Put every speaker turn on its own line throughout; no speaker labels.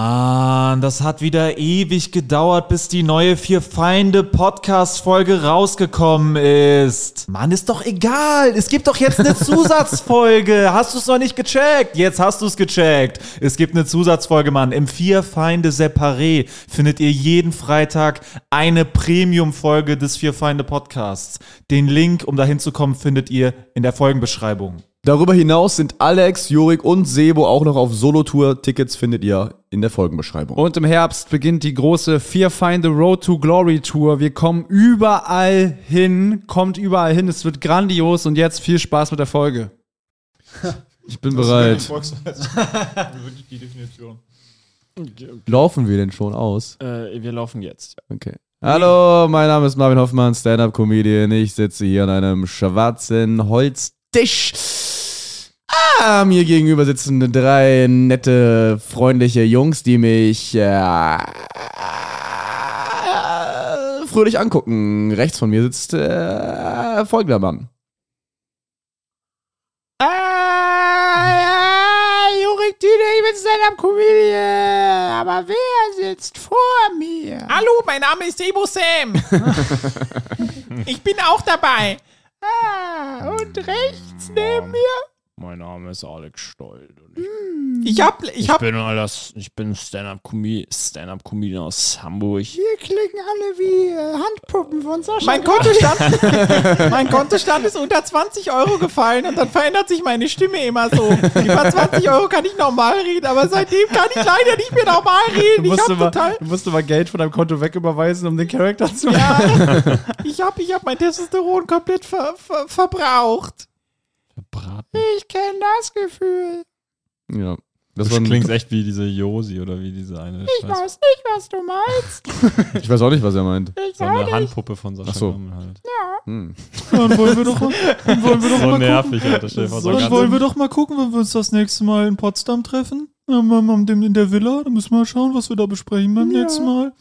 Mann, das hat wieder ewig gedauert, bis die neue Vier Feinde Podcast Folge rausgekommen ist. Mann, ist doch egal. Es gibt doch jetzt eine Zusatzfolge. Hast du es noch nicht gecheckt? Jetzt hast du es gecheckt. Es gibt eine Zusatzfolge, Mann. Im Vier Feinde Separé findet ihr jeden Freitag eine Premium Folge des Vier Feinde Podcasts. Den Link, um dahin zu kommen, findet ihr in der Folgenbeschreibung.
Darüber hinaus sind Alex, Jurik und Sebo auch noch auf Solo-Tour. Tickets findet ihr in der Folgenbeschreibung.
Und im Herbst beginnt die große Fear Find the Road to Glory Tour. Wir kommen überall hin, kommt überall hin. Es wird grandios und jetzt viel Spaß mit der Folge.
ich bin bereit.
Wirklich die Definition.
Laufen wir denn schon aus?
Äh, wir laufen jetzt.
Okay. Hallo, mein Name ist Marvin Hoffmann, Stand-Up-Comedian. Ich sitze hier an einem schwarzen Holztisch. Ah, mir gegenüber sitzen drei nette, freundliche Jungs, die mich äh, fröhlich angucken. Rechts von mir sitzt äh, folgender Mann. Äh, Ah, Jurik Tine, ich bin Stand-Up-Comedian. Aber wer sitzt vor mir?
Hallo, mein Name ist Ebo Sam. ich bin auch dabei. Ah,
und rechts
neben mir. Mein Name ist Alex Stoll. Und ich,
Ich hab, ich
ich
hab,
bin, alles, ich bin Stand-Up-Comedian Stand -up aus Hamburg.
Wir klingen alle wie
äh,
Handpuppen von Sascha.
mein Kontostand, mein Kontostand ist unter 20 Euro gefallen und dann verändert sich meine Stimme immer so. Über 20 Euro kann ich normal reden, aber seitdem kann ich leider nicht mehr normal reden. Ich hab total,
musst immer Geld von deinem Konto wegüberweisen, um den Charakter zu machen.
ja, ich hab, ich hab mein Testosteron komplett ver, ver, verbraucht.
Braten.
Ich kenne das Gefühl.
Ja. Das
Das
war ein,
klingt echt wie diese Josi oder wie diese eine. Ich weiß,
nicht, was du meinst.
ich weiß auch nicht, was er meint.
so eine Handpuppe von Sascha
Ach so.
Grammel halt.
Hm.
Dann wollen wir doch mal, dann wollen wir doch
So
mal gucken.
nervig, Alter. Stell dir vor, so
Dann
ganz-
wollen wir doch mal gucken, wenn wir uns das nächste Mal in Potsdam treffen. Am- am- am dem- In der Villa. Da müssen wir mal schauen, was wir da besprechen beim nächsten Mal.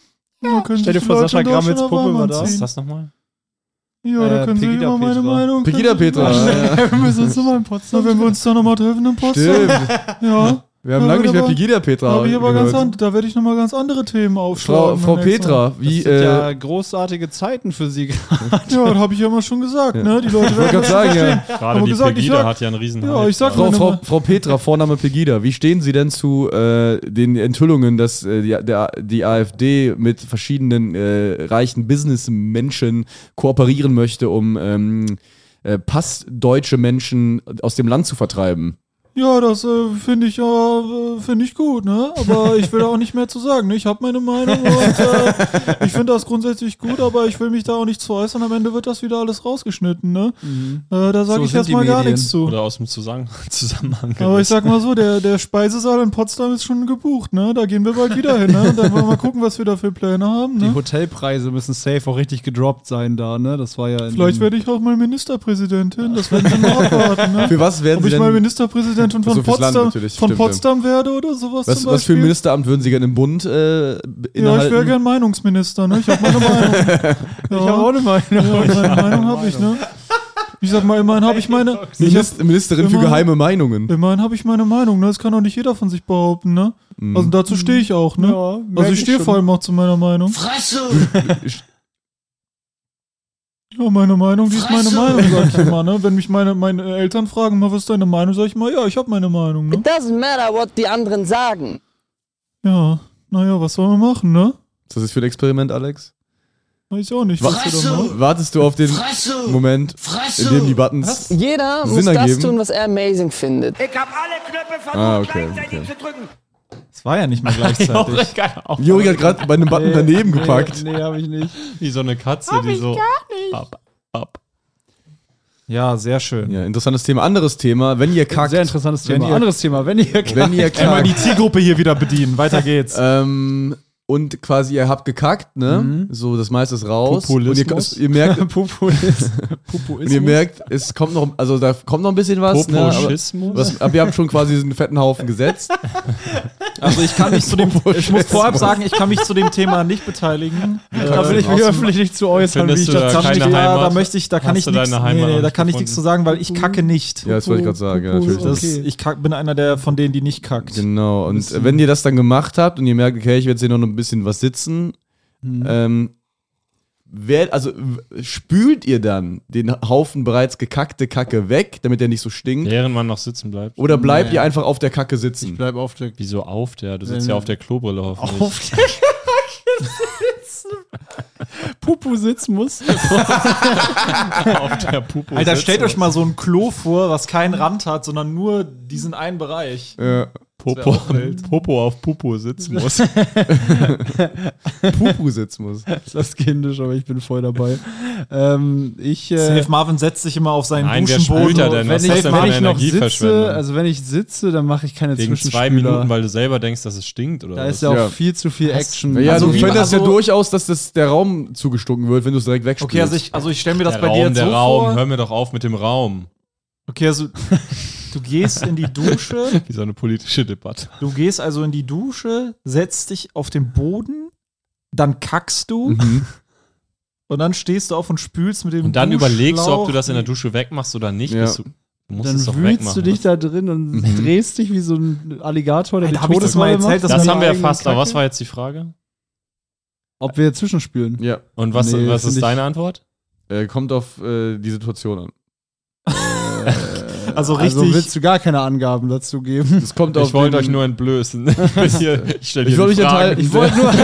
Ja.
Stell dir vor, Sascha Grammels Puppe war da.
Was ist das nochmal?
Ja, da
Äh,
können
Pegida
Sie immer meine
Petra.
Meinung.
Pegida Petra.
Ja.
Ja.
wir müssen uns nochmal in Potsdam.
Na, wenn wir uns da nochmal treffen in Potsdam.
Stimmt.
Ja.
Wir haben
Ja,
lange nicht mehr
aber-
Pegida
Da,
Petra.
hab ich aber
gehört.
ganz an, da werde ich nochmal ganz andere Themen
Frau,
aufschlagen.
Frau
beim nächsten Mal.
Petra, wie.
das sind
Äh,
ja großartige Zeiten für sie.
Ja, das habe ich ja immer schon gesagt,
Ja.
ne? Die Leute
wollte
werden
gerade sagen, ja.
Gerade
Aber
die
gesagt, ich
Pegida
sag-
hat ja einen riesen
Ja,
Hype
ich sag
gerade.
Frau,
meine
Frau,
Nummer.
Frau Petra, Vorname Pegida, wie stehen Sie denn zu äh, den Enthüllungen, dass äh, die, der, die AfD mit verschiedenen äh, reichen Businessmenschen kooperieren möchte, um ähm, äh, passdeutsche Menschen aus dem Land zu vertreiben?
Ja, das äh, finde ich ja äh, finde ich gut, ne? Aber ich will da auch nicht mehr zu sagen. Ne? Ich habe meine Meinung und äh, ich finde das grundsätzlich gut, aber ich will mich da auch nicht zu äußern. Am Ende wird das wieder alles rausgeschnitten, ne?
Mhm.
Äh, da sage
So
ich
sind
jetzt
die
mal gar
Medien.
nichts zu.
Oder aus dem Zusammen Zusammenhang.
Aber ich sag mal so, der, der Speisesaal in Potsdam ist schon gebucht, ne? Da gehen wir bald wieder hin, ne? Und dann wollen wir mal gucken, was wir da für Pläne haben,
Die
ne?
Hotelpreise müssen safe auch richtig gedroppt sein da, ne? Das war ja in
Vielleicht
dem-
werde ich auch mal Ministerpräsidentin, das werden wir mal abwarten, ne?
Für was werden
Ob
Sie
ich mal
denn,
Ministerpräsidentin
Ach
von
so, fürs Land
Potsdam,
natürlich,
von
stimmt, ja.
Potsdam werde oder sowas zum
was, was für ein
Beispiel?
Ministeramt würden Sie gerne im Bund äh, beinhalten?
Ja, ich wäre gern Meinungsminister, ne? Ich habe meine Meinung. Ich
Ich habe auch eine Meinung.
Ja, meine Meinung habe ich, ne? Ich sag mal, immerhin habe ich meine. Ich hab,
Minis- Ministerin für
immer-
geheime Meinungen.
immerhin habe ich meine Meinung, ne? Das kann doch nicht jeder von sich behaupten, ne?
Hm.
Also dazu stehe ich auch, ne? also
Mhm. merk
ich
ich
stehe
schon.
vor allem auch zu meiner Meinung. Ja, meine Meinung, die ist meine Meinung, sag ich immer, ne? Wenn mich meine, meine Eltern fragen, mal, was ist deine Meinung, sag ich mal, ja, ich habe meine Meinung, ne?
It doesn't matter what die anderen sagen.
Ja, naja, was sollen wir machen, ne?
Was ist das für ein Experiment, Alex?
Weiß ich auch nicht.
Wa-
wir da machen?
Wartest du auf den Moment, in dem die Buttons...
Jeder
Sinn
muss das
ergeben.
tun, was er amazing findet.
Ich habe alle Knöpfe versucht,
Ah, okay,
gleichzeitig
okay.
zu drücken.
Das war ja nicht mehr gleichzeitig.
Juri hat gerade bei einem Button daneben gepackt.
Nee, nee habe ich nicht.
Wie so eine Katze, die so. Ab, ab.
Ja, sehr schön.
Ja, interessantes Thema. Anderes Thema, wenn ihr kackt.
Sehr interessantes
Wenn
Thema.
ihr-
Anderes Thema, wenn ihr
Wenn ihr
Einmal die
kackt.
Äh, Zielgruppe hier wieder bedienen. Weiter geht's.
Ähm, und quasi ihr habt gekackt, ne?
Mhm.
So, das meiste ist raus.
Populismus.
Und ihr, ihr merkt,
Populismus.
und ihr merkt, es kommt noch, also da kommt noch ein bisschen was. Ne? Aber,
Poposchismus?
was, aber ihr habt schon quasi so einen fetten Haufen gesetzt.
Also ich kann mich zu dem, ich muss vorab sagen, ich kann mich zu dem Thema nicht beteiligen.
Da will ich
äh,
mich öffentlich nicht zu äußern,
Findest du da
Da,
keine
ja, da
Heimat?
möchte ich, da kann
Hast
ich
du
nichts,
deine
nee,
Heimat
nee,
noch
da
nicht
kann ich
gefunden?
nichts zu sagen, weil ich kacke nicht.
Ja, das wollte ich gerade sagen. Ja, natürlich.
Das, ich kack, bin einer der von denen, die nicht kackt.
Genau, und wenn ihr das dann gemacht habt und ihr merkt, okay, ich werde jetzt hier noch ein bisschen was sitzen,
Mhm.
ähm, wer, also w- spült ihr dann den Haufen bereits gekackte Kacke weg, damit der nicht so stinkt?
Während man noch sitzen bleibt.
Oder bleibt
Nee.
ihr einfach auf der Kacke sitzen?
Bleib auf der.
Wieso auf der? Du sitzt ja auf der Klobrille hoffentlich.
Auf der Pupusismus.
auf der Pupo.
Alter, stellt euch mal so ein Klo vor, was keinen Rand hat, sondern nur diesen einen Bereich.
Ja,
Popo, Popo auf Pupo sitzen muss.
Pupu sitzen muss.
Das ist kindisch, aber ich bin voll dabei. Ähm, ich, äh,
Safe Marvin setzt sich immer auf seinen
Nein, wer
Duschenboden.
spült da denn?
wenn
Was
wenn
ist das
ich,
denn für
wenn
eine
ich noch sitze,
Energieverschwendung?
also wenn ich sitze, dann mache ich keine
Wegen
Zwischenspüler.
zwei Minuten, weil du selber denkst, dass es stinkt oder
da
was?
ist ja auch
Ja.
viel zu viel Action.
Ja,
Also
du
wie-
könntest ja
also-
durchaus, dass das der Raum zugestunken wird, wenn du es direkt wegspülst.
Okay, also ich, also ich stelle mir das
der
bei dir
Raum,
jetzt
der
so
Raum.
vor.
Hör mir doch auf mit dem Raum.
Okay, also du gehst in die Dusche,
Wie so eine politische Debatte.
du gehst also in die Dusche, setzt dich auf den Boden, dann kackst du
Mhm.
und dann stehst du auf und spülst mit dem
Und dann überlegst du, ob du
Duschschlauch-
das in der Dusche wegmachst oder nicht.
Ja.
bist Du, du musst
dann
es doch
wühlst
wegmachen. Mhm.
du dich da drin und drehst dich wie so ein Alligator, der
Ey,
die
da hab ich das
Todesrolle
mal erzählt,
macht.
dass
das
Deine
haben wir
eigenen
erfasst, aber was
Kacke?
war jetzt die Frage?
Ob wir zwischenspülen.
Ja,
Und was,
Nee,
was
find
ist
ich-
deine Antwort?
äh, kommt auf äh, die Situation an.
also
Also
richtig
willst du gar keine Angaben dazu geben.
Es kommt auf
Ich wollte
den-
euch nur entblößen. ich hier- ich stelle
Ich
hier
wollte
die
mich
Fragen.
enthalten.
wollte nur,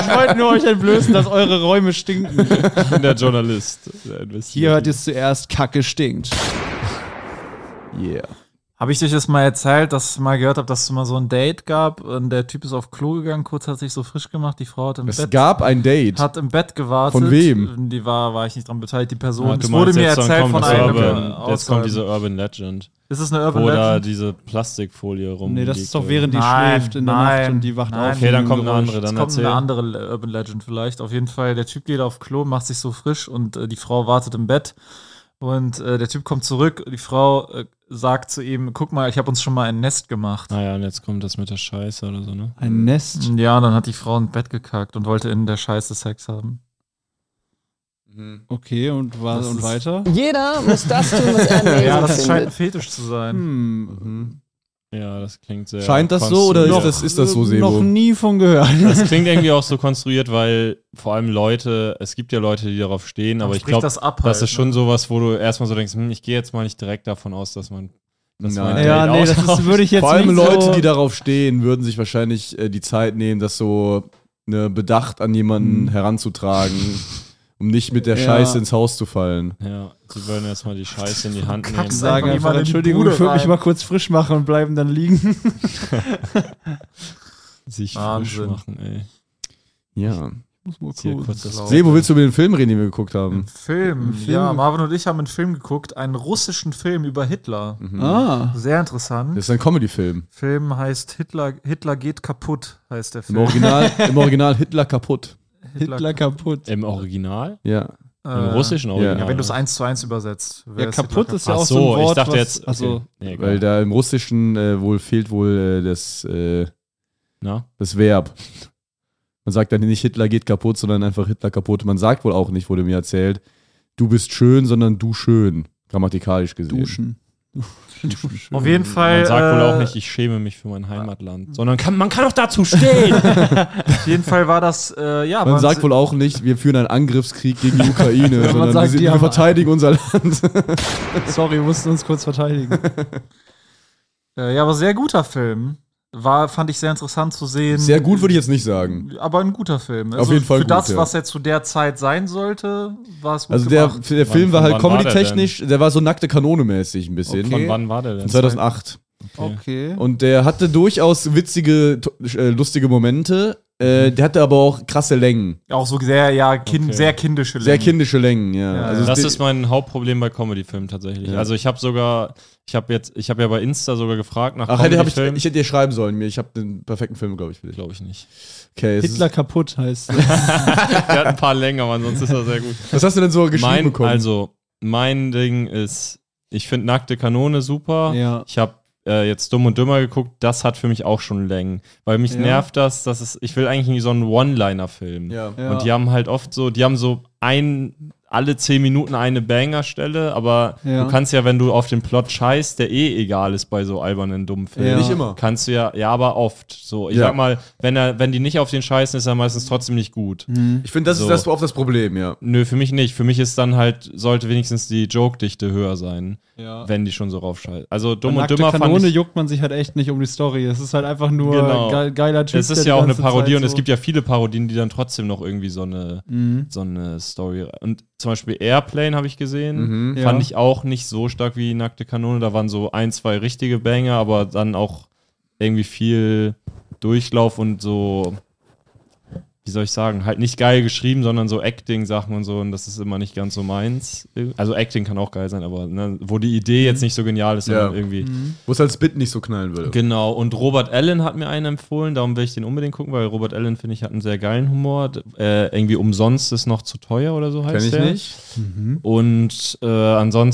ich wollte nur euch entblößen, dass eure Räume stinken.
Ich bin der Journalist. äh, Der
Hier hört ihr es zuerst, Kacke stinkt.
Yeah.
Habe ich euch das mal erzählt, dass ich mal gehört habe, dass es mal so ein Date gab und der Typ ist auf Klo gegangen, kurz hat sich so frisch gemacht, die Frau hat im,
Es
Bett,
gab ein Date.
hat im Bett gewartet.
Von wem?
Die war, war ich nicht dran beteiligt, die Person.
Ah, du
es
meinst,
wurde mir
jetzt dann
erzählt
kommt
von
das
einem.
Urban,
äh,
Jetzt kommt
Aussage.
diese Urban Legend.
Ist es eine Urban
Wo da
Legend?
diese Plastikfolie rum.
Nee, das
liegt
ist doch
oder-
während die
Nein,
schläft in der
nein,
Nacht und die wacht
nein.
auf.
Okay, dann kommt eine
Geräusch.
andere.
Es
Dann
kommt
erzähl.
eine andere Le- Urban Legend vielleicht. Auf jeden Fall, der Typ geht auf Klo, macht sich so frisch und äh, die Frau wartet im Bett. Und äh, der Typ kommt zurück. Die Frau äh, sagt zu ihm: Guck mal, ich habe uns schon mal ein Nest gemacht.
Ah ja, und jetzt kommt das mit der Scheiße oder so, ne?
Ein Nest.
Ja, dann hat die Frau ins Bett gekackt und wollte in der Scheiße Sex haben.
Okay, und, war,
Das
und
ist-
weiter?
Jeder muss das tun, was er amazing
Ja, das scheint ein
findet.
Fetisch zu sein.
Mhm.
Ja, das klingt sehr.
Scheint das so oder ist
konstruiert.
das, ist das so,
Noch
Sebo?
nie von gehört.
Das klingt irgendwie auch so konstruiert, weil vor allem Leute, es gibt ja Leute, die darauf stehen, aber ich
spricht
glaube,
das
das,
ab halt,
ist schon
ne?
sowas, wo du erstmal so denkst, hm, ich gehe jetzt mal nicht direkt davon aus, dass man. Dass
Nein.
mein
Ja,
Date
nee, das
ausschaut.
ist, würde ich jetzt
Vor allem
nicht
Leute,
so
die darauf stehen, würden sich wahrscheinlich äh, die Zeit nehmen, das so ne, bedacht an jemanden heranzutragen, um nicht mit der
Hm. Ja.
Scheiße ins Haus zu fallen.
Ja, sie würden erstmal die Scheiße in die Hand nehmen.
Kack
Sagen.
sagen
Einfach
einfach,
jemand in die
Entschuldigung,
Bude
ich würde mich
rein.
mal kurz frisch machen und bleiben dann liegen.
Sich
Wahnsinn.
frisch machen, ey.
Ja.
Muss mal
Ist Hier kurz das
Glaub.
Sebo, willst du über den Film reden, den wir geguckt haben?
Film.
Film.
Ja, Marvin und ich haben einen Film geguckt, einen russischen Film über Hitler.
Ah.
Sehr interessant.
Mhm. Das ist ein Comedy-Film.
Film heißt Hitler, Hitler geht kaputt, heißt der
Im
Film.
Original, Im Original Hitler kaputt.
Hitler, kaputt.
Im Original?
Ja.
Im russischen Original.
Ja, wenn du es eins zu eins übersetzt. wer
Ja, kaputt
Hitler
ist ja
Ach
auch
so,
so ein Wort,
ich dachte
was,
jetzt. Okay.
Also,
nee, egal.
Weil da im Russischen äh, wohl fehlt wohl äh, das, äh,
Na?
das Verb. Man sagt dann nicht Hitler geht kaputt, sondern einfach Hitler kaputt. Man sagt wohl auch nicht, wurde mir erzählt, du bist schön, sondern du schön. Grammatikalisch gesehen.
duschen. duschen.
Auf jeden Fall.
Man sagt wohl auch
äh,
nicht, ich schäme mich für mein Heimatland, sondern kann, man kann auch dazu stehen.
Auf jeden Fall war das, äh, ja.
Man
waren
sagt
sie-
wohl auch nicht, wir führen einen Angriffskrieg gegen die Ukraine,
man
sondern
sagt,
wir, sind,
die
wir
haben-
verteidigen unser Land.
Sorry, wir mussten uns kurz verteidigen.
Äh, ja, aber sehr guter Film. War, fand ich sehr interessant zu sehen.
Sehr gut würde ich jetzt nicht sagen.
aber ein guter Film. Also
Auf jeden Fall
Für
gut,
das,
ja.
was er zu der Zeit sein sollte, war es gut
Also der,
gemacht.
der Film war
wann
halt
war der
comedy-technisch, der, war so nackte Kanone mäßig ein bisschen.
Von wann war der denn?
2008.
Okay.
Und der hatte durchaus witzige, to- äh, lustige Momente, Äh, der hatte aber auch krasse Längen.
Auch so sehr, ja, kind,
Okay.
sehr kindische
Sehr
Längen.
kindische Längen, ja. also
Das
die-
ist mein Hauptproblem bei Comedy-Filmen tatsächlich. Also ich habe sogar, ich habe jetzt, ich habe ja bei Insta sogar gefragt nach
Ach, hätte, hab ich,
Comedy-Filmen.
ich hätte dir schreiben sollen, mir. Ich habe den perfekten Film, glaube ich, für dich.
Glaube ich nicht.
Okay, es ist-
Hitler kaputt heißt.
Der hat ein paar länger, aber ansonsten ist er sehr gut.
was hast du denn so geschrieben
Mein,
bekommen?
also, mein Ding ist, ich finde nackte Kanone super.
Ja.
Ich habe äh, jetzt Dumm und Dümmer geguckt, das hat für mich auch schon Längen. Weil mich nervt das, dass es, ich will eigentlich so einen One-Liner-Film.
ja.
Ja.
Und die haben halt oft so, die haben so ein, alle zehn Minuten eine Banger-Stelle, aber
Ja.
du kannst ja, wenn du auf den Plot scheißt, der eh egal ist bei so albernen, dummen Filmen.
Ja. Nicht
immer.
Kannst du ja, ja, aber oft. So, ich
Ja.
sag mal, wenn er, wenn die nicht auf den scheißen, ist er meistens trotzdem nicht gut.
Mhm.
Ich finde, das
So.
ist das oft das Problem, ja.
Nö, für mich nicht. Für mich ist dann halt, sollte wenigstens die Joke-Dichte höher sein,
Ja.
wenn die schon so raufscheißen. Also
Bei
dumm und
Nackte
dümmer fand
Kanone
ich.
juckt man sich halt echt nicht um die Story. Es ist halt einfach nur
Genau.
ge geiler Typ.
Es
der
ist
die
ja auch eine
ganze
Parodie
Zeit
und es
so- Mhm.
gibt ja viele Parodien, die dann trotzdem noch irgendwie so eine, so eine Story. Und zum Beispiel Airplane habe ich gesehen.
Ja.
Fand ich auch nicht so stark wie Nackte Kanone. Da waren so ein, zwei richtige Banger, aber dann auch irgendwie viel Durchlauf und so, wie soll ich sagen, halt nicht geil geschrieben, sondern so Acting-Sachen und so. Und das ist immer nicht ganz so meins. Also Acting kann auch geil sein, aber ne, wo die Idee jetzt
Mhm.
nicht so genial ist, sondern
Ja.
irgendwie.
Wo es als Bit nicht so knallen würde.
Genau, und Robert Allen hat mir einen empfohlen, darum will ich den unbedingt gucken, weil Robert Allen, finde ich, hat einen sehr geilen Humor. D- Äh, irgendwie umsonst ist noch zu teuer oder so heißt
Kenn ich
der.
nicht.
Und äh,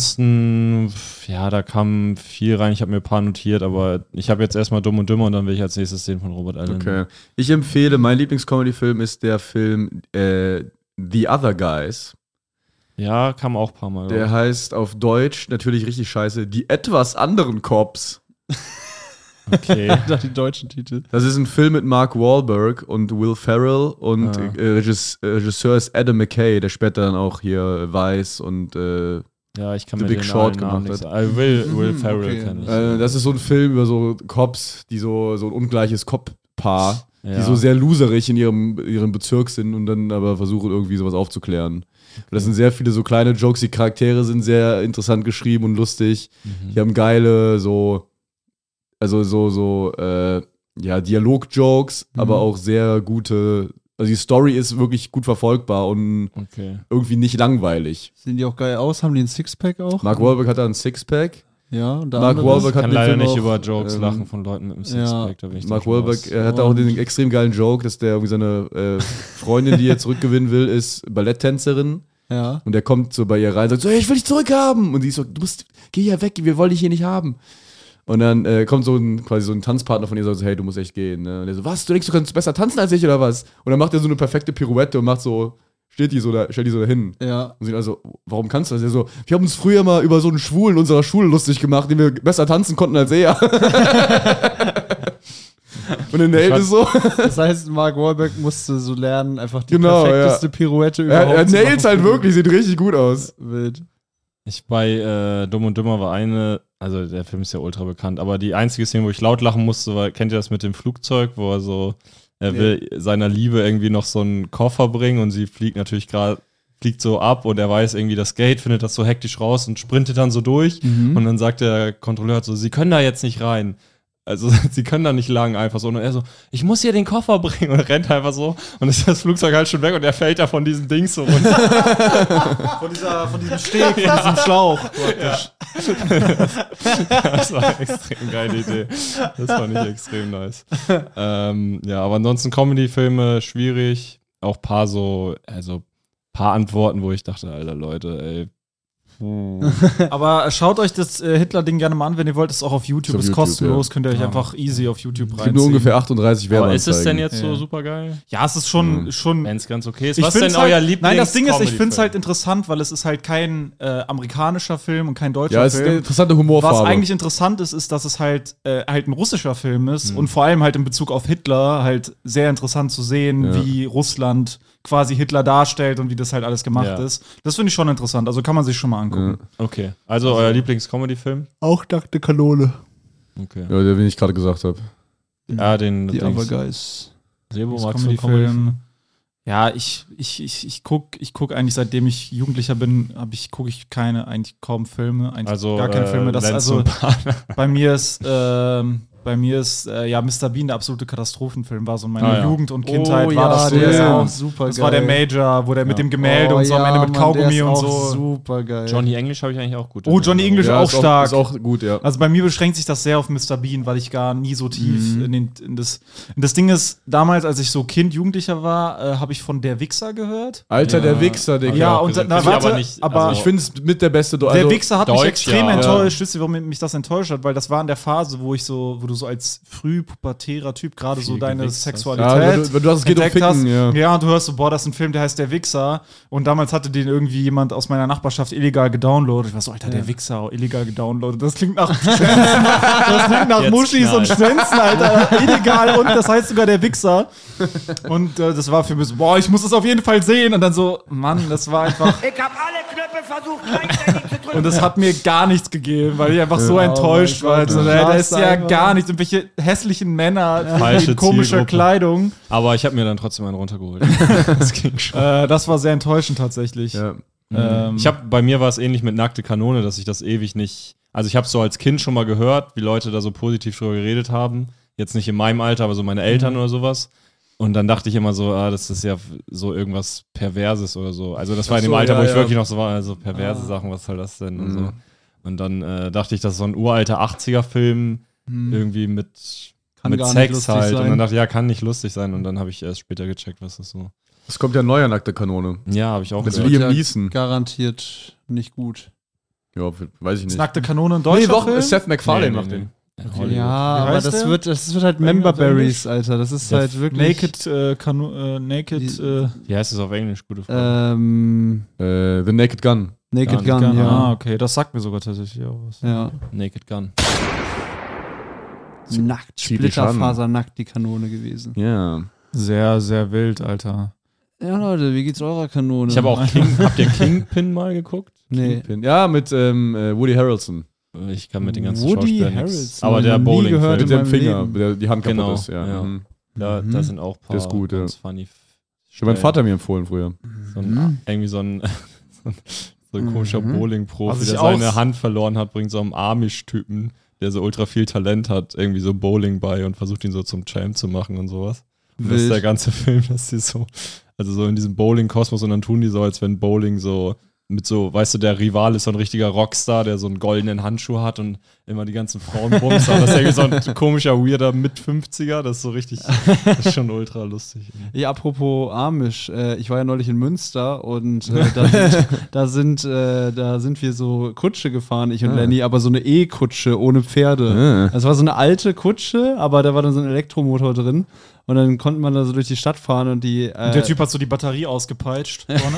ansonsten, pf, ja, da kam viel rein. Ich habe mir ein paar notiert, aber ich habe jetzt erstmal Dumm und Dümmer und dann will ich als nächstes den von Robert Allen.
Okay. Ich empfehle, mein Lieblingscomedy-Film ist der Film äh, The Other Guys.
Ja, kam auch ein paar Mal.
Der heißt auf Deutsch natürlich richtig scheiße, die etwas anderen Cops.
Okay.
Da die deutschen Titel.
Das ist ein Film mit Mark Wahlberg und Will Ferrell und
Ah.
äh, Regis- äh, Regisseur ist Adam McKay, der später dann auch hier Weiß und äh, äh,
ja, ich kann
The
mir
Big
den
Short
Namen
gemacht
nicht sagen. Äh, Will, Will
Mhm,
Ferrell
okay.
kann ich.
Also, Äh, das ist so ein Film über so Cops, die so, so ein ungleiches Cop-Paar,
Ja.
die so sehr loserig in ihrem, ihrem Bezirk sind und dann aber versuchen irgendwie sowas aufzuklären. Und das sind sehr viele so kleine Jokes, die Charaktere sind sehr interessant geschrieben und lustig.
Mhm.
Die haben geile so, also so, so, äh, ja, Dialog-Jokes, aber auch sehr gute, also die Story ist wirklich gut verfolgbar und
okay.
irgendwie nicht langweilig.
Sehen die auch geil aus? Haben die ein Sixpack auch?
Mark Wahlberg hat da ein Sixpack.
ja, und der
Mark
andere?
Wahlberg
Ich
hat
kann
Also, den
leider
Film
nicht
auch,
über Jokes
ähm,
lachen von Leuten mit dem
ja.
Sixpack. da bin ich
Mark
dann schon
Wahlberg
raus.
er hat auch den extrem geilen Joke, dass der irgendwie seine äh, Freundin, die er zurückgewinnen will, ist Balletttänzerin.
Ja.
Und der kommt so bei ihr rein und sagt so, hey, ich will dich zurückhaben. Und die ist so, du musst, geh hier weg, wir wollen dich hier nicht haben. Und dann äh, kommt so ein, quasi so ein Tanzpartner von ihr und sagt so, hey, du musst echt gehen. Ne? Und der so, was, du denkst, du kannst besser tanzen als ich oder was? Und dann macht er so eine perfekte Pirouette und macht so, steht die so da, stellt die so dahin.
Ja.
Und sie also, warum kannst du das? Er so, wir haben uns früher mal über so einen Schwulen unserer Schule lustig gemacht, den wir besser tanzen konnten als er. und dann der Held ist so,
Das heißt, Mark Wahlberg musste so lernen, einfach die
Genau,
perfekteste Pirouette
er,
überhaupt
er
zu machen.
nailt's halt wirklich, sieht richtig gut aus.
Wild.
Ich bei äh, Dumm und Dümmer war eine, also der Film ist ja ultra bekannt, aber die einzige Szene, wo ich laut lachen musste, war, kennt ihr das mit dem Flugzeug, wo er so, er will seiner Liebe irgendwie noch so einen Koffer bringen und sie fliegt natürlich gerade, fliegt so ab und er weiß irgendwie das Gate, findet das so hektisch raus und sprintet dann so durch und dann sagt der Kontrolleur so, sie können da jetzt nicht rein. Also sie können da nicht lang einfach so. Und er so, ich muss hier den Koffer bringen und rennt einfach so. Und ist das Flugzeug halt schon weg und er fällt da von diesem Ding so runter.
Von, dieser, von diesem Steg, von diesem Schlauch.
Das war eine extrem geile Idee. Das fand ich extrem nice. Ähm, ja, aber ansonsten Comedy-Filme schwierig. Auch paar so, also paar Antworten, wo ich dachte, alter Leute, ey.
Aber schaut euch das äh, Hitler-Ding gerne mal an, wenn ihr wollt. Ist auch auf YouTube,
Auf
ist
YouTube,
kostenlos. Könnt ihr euch einfach easy auf YouTube
Es gibt nur
reinziehen.
ungefähr 38 Werbeanzeigen.
Aber ist es denn jetzt so
Ja.
super geil?
Ja, es ist schon,
Mhm.
schon
Wenn es ganz okay ist.
Ich
Was ist
find's
denn
halt,
euer Lieblings
Nein, das Ding ist, ich finde es
Comedy-Film?
halt interessant, weil es ist halt kein äh, amerikanischer Film und kein deutscher
Ja, es ist eine
Film.
interessante
Was
Humorfarbe.
eigentlich interessant ist, ist, dass es halt, äh, halt ein russischer Film
Mhm.
ist und vor allem halt in Bezug auf Hitler halt sehr interessant zu sehen,
Ja.
wie Russland quasi Hitler darstellt und wie das halt alles gemacht
Ja.
ist. Das finde ich schon interessant. Also kann man sich schon mal angucken.
Okay, also euer Lieblings-Comedy-Film?
Auch nackte Kanone.
Okay.
ja, der, den ich gerade gesagt habe.
Ja, den
Die
Dings.
Abergeist.
Sebo,
Das
magst du Comedy-Film?
Comedy-Film. Ja, ich, ich, ich, ich gucke ich guck eigentlich, seitdem ich Jugendlicher bin, hab ich, gucke ich keine, eigentlich kaum Filme, eigentlich
Also
gar keine
äh,
Filme. Das,
Lenz
also,
und Partner.
Bei mir ist ähm, Bei mir ist äh, ja Mr. Bean der absolute Katastrophenfilm war so meine
Ah, ja.
Jugend und Kindheit
Oh,
war
ja,
das so
der
das
ist
auch.
auch super
Das war der
geil.
Major, wo der mit dem Gemälde
Oh,
und so am
ja,
Ende mit
Mann, der
Kaugummi
ist
und
auch
so.
Super geil.
Johnny English habe ich eigentlich auch gut.
Oh, Johnny English
Ja,
auch
ist
stark.
Ist auch gut, ja.
Also bei mir beschränkt sich das sehr auf Mr. Bean, weil ich gar nie so tief
Mhm.
in, den, in das. Und das Ding ist, damals, als ich so Kind, Jugendlicher war, äh, habe ich von Der Wichser gehört.
Alter, der Wichser, Digga.
Ja, und
gesagt,
na,
finde ich
warte,
aber nicht-
aber
also-
Ich finde es mit der beste Do also,
der Wichser hat mich
Deutsch,
extrem
ja.
enttäuscht. Wisst ihr, warum mich das enttäuscht hat? Weil das war in der Phase, wo ich so, wo du so als frühpubertärer Typ gerade so deine
gewichst hast.
Sexualität
Ja, du- du- du hast- es geht um
entdeckt hast.
Ficken, ja.
ja, und du hörst so, boah, das ist ein Film, der heißt Der Wichser. Und damals hatte den irgendwie jemand aus meiner Nachbarschaft illegal gedownloadet. Ich war so, Alter, der Wichser, illegal gedownloadet. Das klingt nach, das klingt nach
Jetzt
Muschis und
knallt.
Schwänzen, Alter. illegal und das heißt sogar Der Wichser. Und äh, das war für mich so, boah, ich muss das auf jeden Fall sehen. Und dann so, Mann, das war einfach.
Ich habe alle Knöpfe versucht gleichzeitig zu drücken.
Und das hat mir gar nichts gegeben, weil ich einfach so
Oh
enttäuscht war. Also,
ja.
ey, da ist ja
Einfach.
gar nichts. Irgendwelche hässlichen Männer
Falsche
in komischer
Zielgruppe.
Kleidung.
Aber ich habe mir dann trotzdem einen runtergeholt. das ging schon.
Äh, das war sehr enttäuschend tatsächlich.
Ja.
Ähm,
Ich habe bei mir war es ähnlich mit nackte Kanone, dass ich das ewig nicht. Also ich habe so als Kind schon mal gehört, wie Leute da so positiv drüber geredet haben. Jetzt nicht in meinem Alter, aber so meine Eltern oder sowas. Und dann dachte ich immer so, ah, das ist ja so irgendwas Perverses oder so. Also das war in dem
so,
Alter, wo
ja,
ich
ja.
wirklich noch so war, also perverse Sachen, was soll das denn und so. Und dann äh, dachte ich, das ist so ein uralter 80er-Film irgendwie mit, mit
gar nicht
Sex
lustig
halt. Und
sein.
dann dachte ich, ja, kann nicht lustig sein. Und dann habe ich erst später gecheckt, was das so.
Es kommt ja ein neuer nackte Kanone.
Ja, habe ich auch
Mit
gehört.
Liam Neeson.
Garantiert nicht gut.
Ja, weiß ich nicht.
Nackte Kanone in Deutschland.
doch, Seth MacFarlane macht den.
Hollywood.
Ja,
Wie
aber
heißt
das
der?
wird, das wird halt Member Berries, Alter. Das ist halt wirklich.
Naked, äh, Kanu äh, Naked,
Die-
äh,
Wie heißt es auf Englisch? Gute Frage.
Ähm,
Äh, The Naked Gun.
Naked Gun,
Gun. Ah,
ja.
okay, das sagt mir sogar tatsächlich auch was.
ja.
Naked Gun.
Nackt,
zieh dich an.
Splitterfaser nackt die Kanone gewesen.
Ja.
Sehr, sehr wild, Alter.
Ja, Leute, wie geht's eurer Kanone?
Ich habe auch King, habt ihr Kingpin mal geguckt?
Nee.
Ja, mit ähm, äh, Woody Harrelson.
Äh, Ich kann mit den ganzen
Woody
Schauspielern
Harrelson,
nichts. Aber
noch
der
nie
Bowling
gehört.
Mit
In
dem
meinem
Finger,
Leben.
der die Hand kaputt
Genau,
ist. Ja.
ja.
Mhm.
da, da sind auch ein
Der
paar
ist gut, ja.
ganz funny.
Ich habe meinen Vater mir empfohlen früher.
So ein,
Mhm.
Irgendwie so ein, so ein komischer Bowling-Profi,
Was ich
der
auch-
seine Hand verloren hat, bringt so einem Amish-Typen, der so ultra viel Talent hat, irgendwie so Bowling bei und versucht ihn so zum Champ zu machen und sowas. Und das ist
Wild.
der ganze Film, dass die so, also so in diesem Bowling-Kosmos und dann tun die so, als wenn Bowling so mit so, weißt du, der Rival ist so ein richtiger Rockstar, der so einen goldenen Handschuh hat und immer die ganzen Frauen bumst. Aber das ist irgendwie so ein komischer, weirder Mit-50er, das ist so richtig, das ist schon ultra lustig.
Ja, apropos Amish, äh, ich war ja neulich in Münster und äh, da, sind, da, sind, äh, da sind wir so Kutsche gefahren, ich
Ah.
und Lenny, aber so eine E-Kutsche ohne Pferde.
Ah.
Das war so eine alte Kutsche, aber da war dann so ein Elektromotor drin und dann konnte man da so durch die Stadt fahren und die. Äh,
Der Typ hat so die Batterie ausgepeitscht vorne.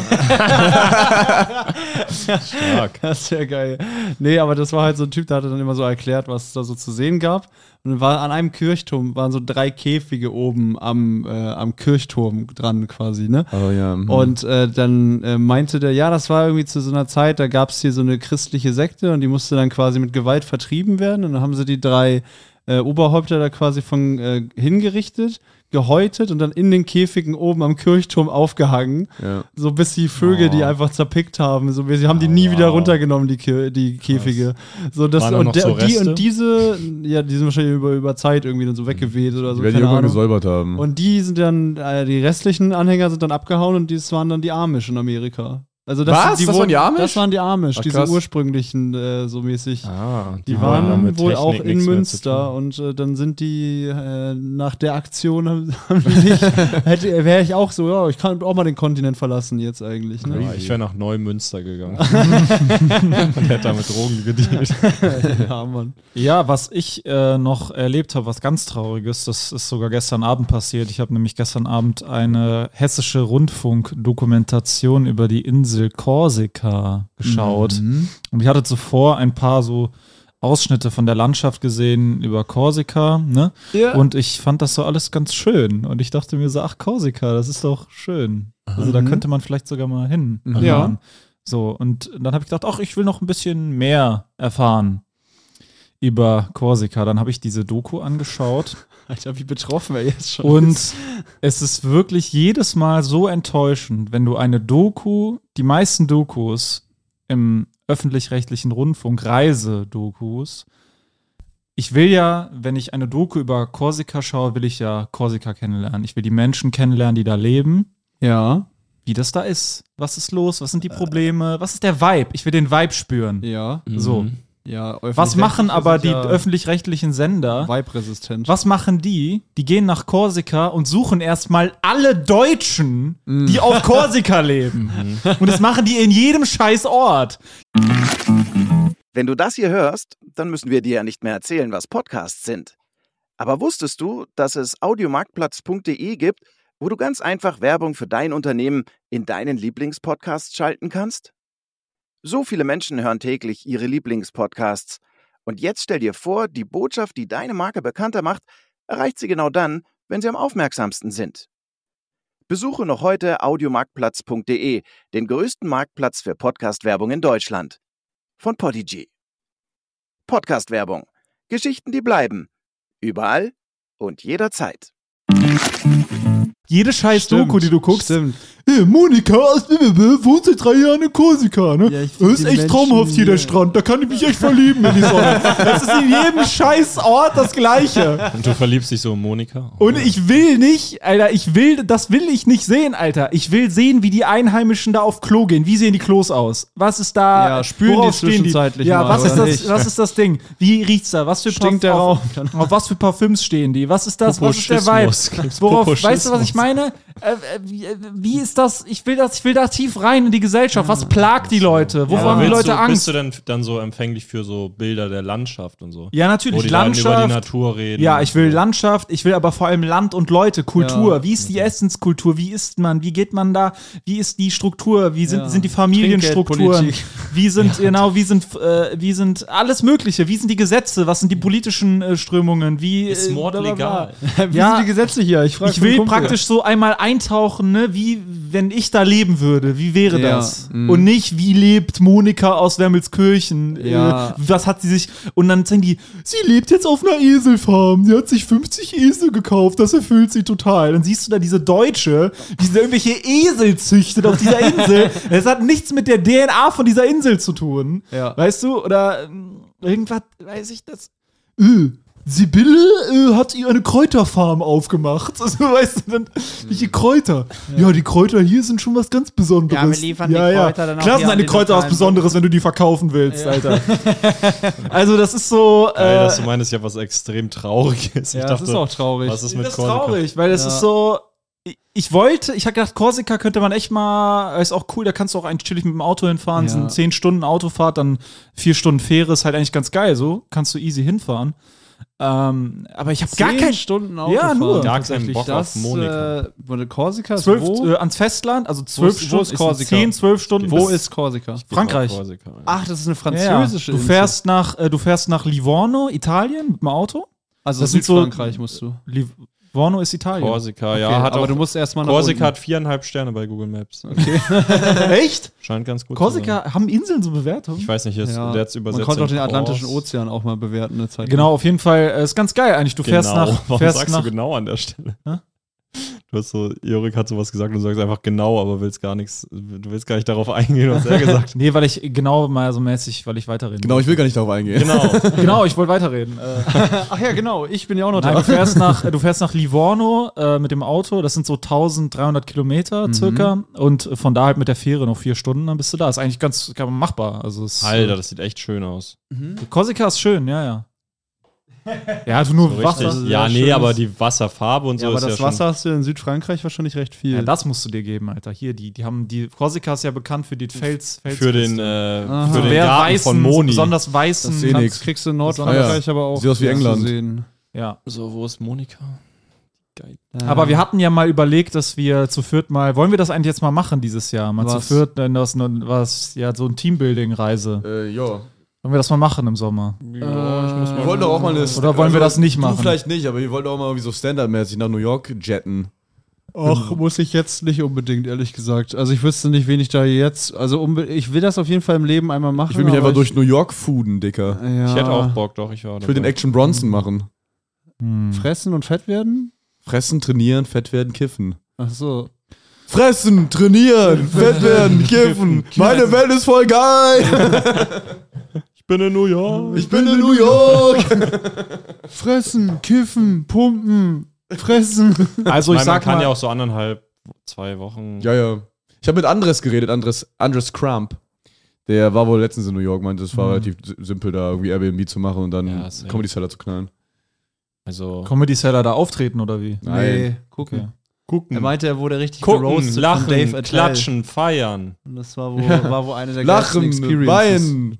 Stark.
Das ist ja geil. Nee, aber das war halt so ein Typ, der hatte dann immer so erklärt, was es da so zu sehen gab. Und dann war an einem Kirchturm waren so drei Käfige oben am, äh, am Kirchturm dran quasi, ne?
Oh ja. mhm.
Und äh, dann äh, meinte der, ja, das war irgendwie zu so einer Zeit, da gab es hier so eine christliche Sekte und die musste dann quasi mit Gewalt vertrieben werden. Und dann haben sie die drei äh, Oberhäupter da quasi von äh, hingerichtet, gehäutet und dann in den Käfigen oben am Kirchturm aufgehangen.
Ja.
So bis die Vögel
Oh.
die einfach zerpickt haben. So, wir- sie
Ah,
haben die nie wieder runtergenommen, die, Kir die Käfige. So, das,
Waren da noch
und, der,
so
und die
Reste? Hm.
und diese, ja, die sind wahrscheinlich über, über Zeit irgendwie dann so weggeweht oder so.
die werden die
keine
irgendwann
Ahnung.
gesäubert haben.
Und die sind dann, äh, die restlichen Anhänger sind dann abgehauen und das waren dann die Amish in Amerika. Also das,
Was?
Die
Das waren die Amish?
Das waren die Amish,
Ach,
diese
krass.
ursprünglichen, äh, so mäßig.
Ah,
Die waren wohl auch in Münster und äh, dann sind die äh, nach der Aktion haben, haben die sich, hätte wäre ich auch so, ja, ich kann auch mal den Kontinent verlassen jetzt eigentlich. Ne?
Ja, ich wäre nach Neumünster gegangen. und hätte da mit Drogen gedealt.
Ja, Mann.
ja, was ich äh, noch erlebt habe, was ganz trauriges, das ist sogar gestern Abend passiert. Ich habe nämlich gestern Abend eine hessische Rundfunk-Dokumentation über die Insel Korsika geschaut.
Mhm.
Und ich hatte zuvor ein paar so Ausschnitte von der Landschaft gesehen über Korsika, ne?
Ja.
Und ich fand das so alles ganz schön. Und ich dachte mir so, ach, Korsika, das ist doch schön. Also da könnte man vielleicht sogar mal hin.
Mhm. Ja.
So, und dann habe ich gedacht, ach, ich will noch ein bisschen mehr erfahren über Korsika. Dann habe ich diese Doku angeschaut.
Alter, wie betroffen er jetzt schon
Und
ist.
es ist wirklich jedes Mal so enttäuschend, wenn du eine Doku, die meisten Dokus im öffentlich-rechtlichen Rundfunk, Reisedokus, ich will ja, wenn ich eine Doku über Korsika schaue, will ich ja Korsika kennenlernen. Ich will die Menschen kennenlernen, die da leben,
Ja.
wie das da ist. Was ist los? Was sind die Probleme? Was ist der Vibe? Ich will den Vibe spüren.
Ja.
So.
Ja.
Mhm. Was machen aber die
ja
öffentlich-rechtlichen Sender?
Weibresistent.
Was machen die? Die gehen nach Korsika und suchen erstmal alle Deutschen,
Mm.
die auf Korsika leben.
Mhm.
und das machen die in jedem scheiß Ort.
Wenn du das hier hörst, dann müssen wir dir ja nicht mehr erzählen, was Podcasts sind. Aber wusstest du, dass es audiomarktplatz.de gibt, wo du ganz einfach Werbung für dein Unternehmen in deinen Lieblingspodcasts schalten kannst? So viele Menschen hören täglich ihre Lieblingspodcasts. Und jetzt stell dir vor, die Botschaft, die deine Marke bekannter macht, erreicht sie genau dann, wenn sie am aufmerksamsten sind. Besuche noch heute audiomarktplatz.de, den größten Marktplatz für Podcast-Werbung in Deutschland von Podigy. Podcast-Werbung. Geschichten, die bleiben. Überall und jederzeit.
Jede scheiß
Stimmt,
Doku, die du guckst.
Stimmt.
Hey, Monika aus BBB wohnt seit drei Jahren in Korsika, ne?
Ja, ich
das
find
ist
die
echt
Menschen
traumhaft hier, der
hier-
Strand. Da kann ich mich echt verlieben in die Sonne. Das ist in jedem scheiß Ort das Gleiche.
Und du verliebst dich so in Monika?
Und ich will nicht, Alter, ich will, das will ich nicht sehen, Alter. Ich will sehen, wie die Einheimischen da auf Klo gehen. Wie sehen die Klos aus? Was ist da?
Ja, spülen
worauf
die
stehen
zwischenzeitlich
Ja,
mal,
was ist,
oder
das,
nicht?
was ist das Ding? Wie riecht's da? Was für
Stinkt der
auf, auf was für Parfüms stehen die? Was ist das? Was ist der
Poposchismus.
Vibe?
Gibt's
Worauf,
Poposchismus?
weißt du, was ich meine? Äh, äh, wie, äh, wie ist das? Ich will das, ich will da tief rein in die Gesellschaft. Was plagt die Leute? Wovor
Aber
haben die
willst
Leute
du,
Angst?
Bist du denn f- dann so empfänglich für so Bilder der Landschaft und so?
Ja,
Wo
natürlich.
die dann über die
Landschaft,
Natur reden.
Ja, ich will Landschaft, ich will aber vor allem Land und Leute, Kultur. Wie ist die Essenskultur? Wie isst man? Wie geht man da? Wie ist die Struktur? Wie sind,
Ja.
sind die Familienstrukturen?
Trinkgeldpolitik.
Wie sind, genau, wie sind, äh, wie sind alles Mögliche? Wie sind die Gesetze? Was sind die politischen äh, Strömungen? Wie
Ist
äh,
Mord
bla, bla, bla.
legal?
Wie
Ja.
sind die Gesetze hier? Ich frage
Ich will praktisch so einmal eintauchen, ne, wie wenn ich da leben würde, wie wäre
Ja, mm.
das? Und nicht, wie lebt Monika aus Wermelskirchen?
Ja.
Äh, was hat sie sich. Und dann sagen die, sie lebt jetzt auf einer Eselfarm. Sie hat sich 50 Esel gekauft, das erfüllt sie total. Dann siehst du da diese Deutsche, die da irgendwelche Esel züchtet auf dieser Insel. Es hat nichts mit der DNA von dieser Insel zu tun.
Ja.
Weißt du? Oder ähm, irgendwas, weiß ich das. Äh, Sibylle äh, hat ihr eine Kräuterfarm aufgemacht. Also, weißt du, dann, welche Kräuter? Ja. die Kräuter hier sind schon was ganz Besonderes.
Hm. Ja, wir liefern die Kräuter dann
Klar
auch hier
sind
an
deine
die
Kräuter was
lokalen-
Besonderes, wenn du die verkaufen willst, Alter. also, das ist so. Äh,
Geil, dass du meinst, ja, was extrem traurig ist.
Ja, das ist auch traurig.
Was ist mit
das ist
Korsika?
traurig, weil das
Ja.
ist so. ich- Ich wollte, ich habe gedacht, Korsika könnte man echt mal, ist auch cool, da kannst du auch eigentlich chillig mit dem Auto hinfahren,
Ja.
sind 10 Stunden Autofahrt, dann 4 Stunden Fähre, ist halt eigentlich ganz geil, so kannst du easy hinfahren. Ähm, aber ich habe gar
Zehn
keinen
Stunden Auto
Ja, nur.
Gar keinen
tatsächlich.
Bock auf
das,
Monika.
Äh, wurde Korsika? ist
zwölf,
wo?
äh, ans Festland, also 12
ist- wo
Stunden,
ist Korsika?
10, 12 Stunden.
wo
bis-
ist Korsika?
Frankreich?
Korsika, ja.
Ach, das ist eine
Ja, ja.
französische
Du
Insel.
fährst nach, äh, du fährst nach Livorno, Italien, mit dem Auto.
Also
das sind so-
Südfrankreich musst du.
Livorno ist Italien.
Korsika, ja. Hat
aber
auch,
du musst erstmal nach
Korsika
unten.
hat viereinhalb Sterne bei Google Maps.
Echt?
Scheint ganz gut zu sein.
Korsika haben Inseln so Bewertungen?
Ich weiß nicht, jetzt,
Ja.
der hat's übersetzt.
Man konnte auch
in
den Atlantischen
Kors.
Ozean auch mal bewerten eine Zeit.
Genau, auf jeden Fall. äh, Ist ganz geil eigentlich. Du fährst nach.
genau. Warum
Fährst
sagst
nach
du genau an der Stelle?
Hä?
Du hast so, Jorik hat sowas gesagt und du sagst einfach genau, aber willst gar nichts, du willst gar nicht darauf eingehen, was er gesagt hat.
nee, weil ich genau mal so mäßig, weil ich weiterreden
Genau, ich will gar nicht darauf eingehen.
Genau.
wollte. genau ich wollte weiterreden. Äh,
Ach ja, genau. Ich bin ja auch noch
nein,
da.
du, fährst nach, du fährst nach Livorno äh, mit dem Auto. Das sind so 1300 Kilometer
Mhm.
circa. Und von da halt mit der Fähre noch vier Stunden, dann bist du da. Ist eigentlich ganz kann man machbar. Also es,
Alter, das sieht echt schön aus.
Korsika ist schön, ja, ja. Ja, du nur Wasser.
Richtig. Ja, nee, aber die Wasserfarbe und so
Ja, aber
ist
das
ja
Wasser hast du in Südfrankreich wahrscheinlich recht viel.
Ja, das musst du dir geben, Alter. Hier, die, die haben, die Korsika ist ja bekannt für die Fels,
schon für den,
Felsküste.
äh,
Aha.
für den
Sehr
Garten
weißen,
von Moni.
besonders
Das
weißen.
sehen
kannst,
nix.
kriegst du in Nordfrankreich
Ah ja.
aber
Genau.
auch.
Sieht aus wie
zu
England.
sehen.
ja.
so, wo ist Monika?
Aber wir hatten ja mal überlegt, dass wir zu viert mal, wollen wir das eigentlich jetzt mal machen dieses Jahr? Mal
Was?
zu viert, denn das ne, was ja so ein Teambuilding-Reise.
Äh, ja.
Wollen wir das mal machen im Sommer?
Wir wollten doch auch mal eine. also,
Oder wollen wir das nicht machen?
Du vielleicht nicht, aber wir wollten auch mal irgendwie so standardmäßig nach New York jetten.
Ach, muss ich jetzt nicht unbedingt, ehrlich gesagt. Also ich wüsste nicht, wen ich da jetzt. Also unbe- ich will das auf jeden Fall im Leben einmal machen.
Ich will mich
aber
einfach durch New York fooden, Dicker.
Ja.
Ich hätte auch Bock, doch, ich war
Ich will den
dabei.
Action Bronson machen.
Fressen und fett werden?
Fressen, trainieren, fett werden, kiffen.
Ach so.
Fressen, trainieren, fett werden, kiffen. Meine Welt ist voll geil.
Ich Ich bin in New York.
Ich bin in New York. Fressen, kiffen, pumpen, fressen.
Also ich
Ich meine, man
sag
kann
mal,
ja auch so anderthalb, zwei Wochen.
Ja, ja. Ich habe mit Andres geredet, Andres, Andres Crump. Der war wohl letztens in New York, meinte, es war relativ si- simpel, da irgendwie Airbnb zu machen und dann
Ja, safe.
Comedy Seller zu knallen.
Also
Comedy Seller da auftreten oder wie?
Nee, gucken.
Okay.
Er
gucken,
meinte, er wurde richtig
gucken
geroastet
lachen,
von Dave Attell.
klatschen, feiern.
Und das war wohl, war wohl eine der
Lachen, weinen.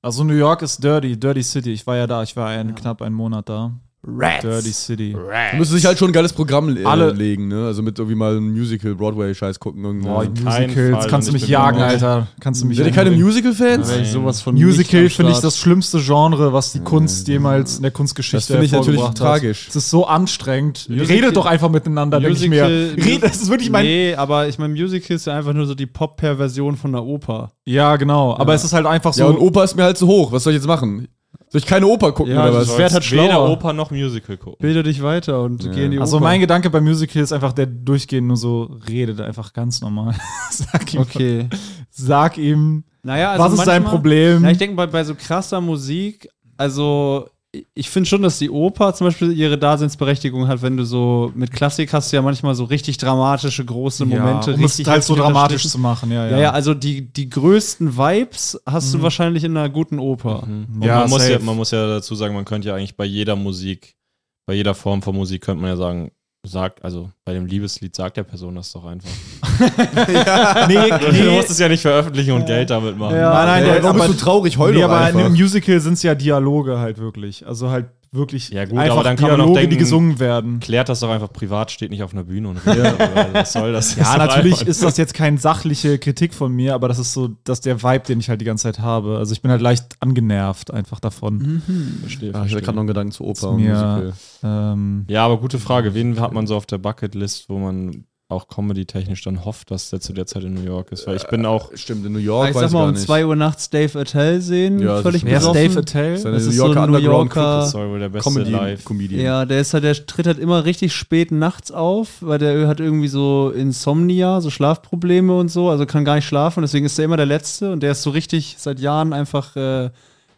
Also New York ist dirty, dirty city. Ich war ja da, ich war ein, knapp einen Monat da. Rats. Dirty city.
Da müsste sich halt schon ein geiles Programm äh,
Alle-
legen, ne? Also mit irgendwie mal einem Musical, Broadway-Scheiß gucken. Oh,
Boah,
Irgendwie.
keinen
Musicals,
Fall.
kannst du
Und
mich
ich bin
jagen,
immer-
Alter. Kannst du mich
Seid ihr keine
jagen.
Musical-Fans?
Nein.
Sowas von
Musical
nicht am
finde ich
Start.
das schlimmste Genre, was die Kunst jemals in der
Das
Kunstgeschichte
finde ich natürlich
hervorgebracht hat.
tragisch.
Es ist so anstrengend.
Musical-
Redet doch einfach miteinander, denke ich mir.
Musical-
Red, das ist wirklich mein.
Nee, aber ich meine, Musical ist ja einfach nur so die Pop-Per-Version von der Oper.
Ja, genau. Aber es ist halt einfach
Ja,
so.
und Oper ist mir halt zu hoch. Was soll ich jetzt machen? Soll ich keine Oper gucken
Ja,
oder
das
was?
Du
wär-
sollst
halt
weder
schlauer.
Oper noch Musical gucken.
Bilde dich weiter und geh in die
also
Oper.
mein Gedanke bei Musical ist einfach, der durchgehend nur so redet, einfach ganz normal. sag ihm,
Okay.
sag ihm
Naja, also
was ist sein
manchmal-
Problem?
Ja, ich denke bei, bei so krasser Musik, also ich- ich finde schon, dass die Oper zum Beispiel ihre Daseinsberechtigung hat, wenn du so mit Klassik hast du ja manchmal so richtig dramatische, große Momente.
ja, um es
richtig
halt so
heftig
dramatisch
unterstrichen.
zu machen. Ja, Mhm. ja.
Ja, ja, also die, die größten Vibes hast du wahrscheinlich in einer guten Oper.
Mhm.
Und
Ja,
man, muss
safe.
ja, man muss ja dazu sagen, man könnte ja eigentlich bei jeder Musik, bei jeder Form von Musik könnte man ja sagen, sagt, also bei dem Liebeslied sagt der Person das doch einfach.
Nee,
Du
nee.
musst es ja nicht veröffentlichen und Geld damit machen.
Nein, nein,
Ey,
der,
warum
aber,
bist du traurig? Heul
nee,
doch
aber in
einfach.
einem Musical sind es ja Dialoge halt wirklich. Also halt wirklich
Ja, gut,
einfach
aber dann kann man
Dialoge,
auch denken-
die gesungen werden.
Klärt das doch einfach privat, steht nicht auf einer Bühne und redet. darüber. Was soll
Ja,
das? Das
Ah, natürlich
einfach-
ist das jetzt keine sachliche Kritik von mir, aber das ist so, dass der Vibe, den ich halt die ganze Zeit habe. Also ich bin halt leicht angenervt einfach
Mhm.
davon.
Verstehe,
Ah, ich hatte
verstehe.
gerade noch einen Gedanken zu Oper
mir-
Musical.
Ähm,
Ja, aber gute Frage. Wen hat man so auf der Bucketlist, wo man auch comedy-technisch dann hofft, dass der zu der Zeit in New York ist? Weil ich bin auch.
Stimmt, in New York
ich
weiß
sag
ich
mal,
gar
um
nicht.
2 Uhr nachts Dave Attell sehen,
Ja, das
völlig
ist- Wer ist
besoffen.
Dave Attell?
Das ist eine
Das
New
ist so
Yorker
ein New
Underground
Yorker-
Sorry, wohl der beste
Comedy
Live.
Comedian.
Ja, der ist halt, der tritt halt immer richtig spät nachts auf, weil der hat irgendwie so Insomnia, so Schlafprobleme und so, also kann gar nicht schlafen, deswegen ist er immer der Letzte und der ist so richtig seit Jahren einfach äh,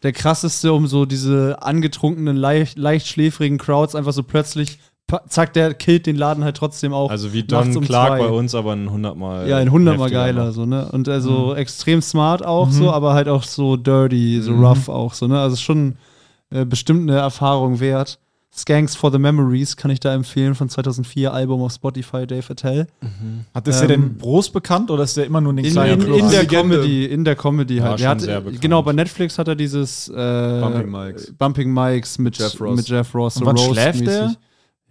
der krasseste, um so diese angetrunkenen, leicht, leicht schläfrigen Crowds einfach so plötzlich, pa- zack, der killt den Laden halt trotzdem auch.
Also wie
nachts
Don
um
Clark
zwei.
bei uns, aber ein hundertmal.
Ja, ein hundertmal
Äh, heftiger
geiler,
noch.
so, ne? Und also extrem smart auch so, aber halt auch so dirty, so rough auch so, ne? Also ist schon äh, bestimmt eine Erfahrung wert. Skanks for the Memories kann ich da empfehlen von 2004 Album auf Spotify, Dave Attell.
Hat das ja denn groß bekannt oder ist der immer nur in den
Ähm, In,
kleinen
in,
Clubs?
in der
Legende.
Comedy, in der Comedy
War
halt.
schon
Der hat,
sehr bekannt.
genau, bei Netflix hat er dieses äh,
Bumping
Bumping,
Mikes.
Mikes mit
Jeff Ross.
Mit Jeff Ross
Und wann schläft
Roast-mäßig.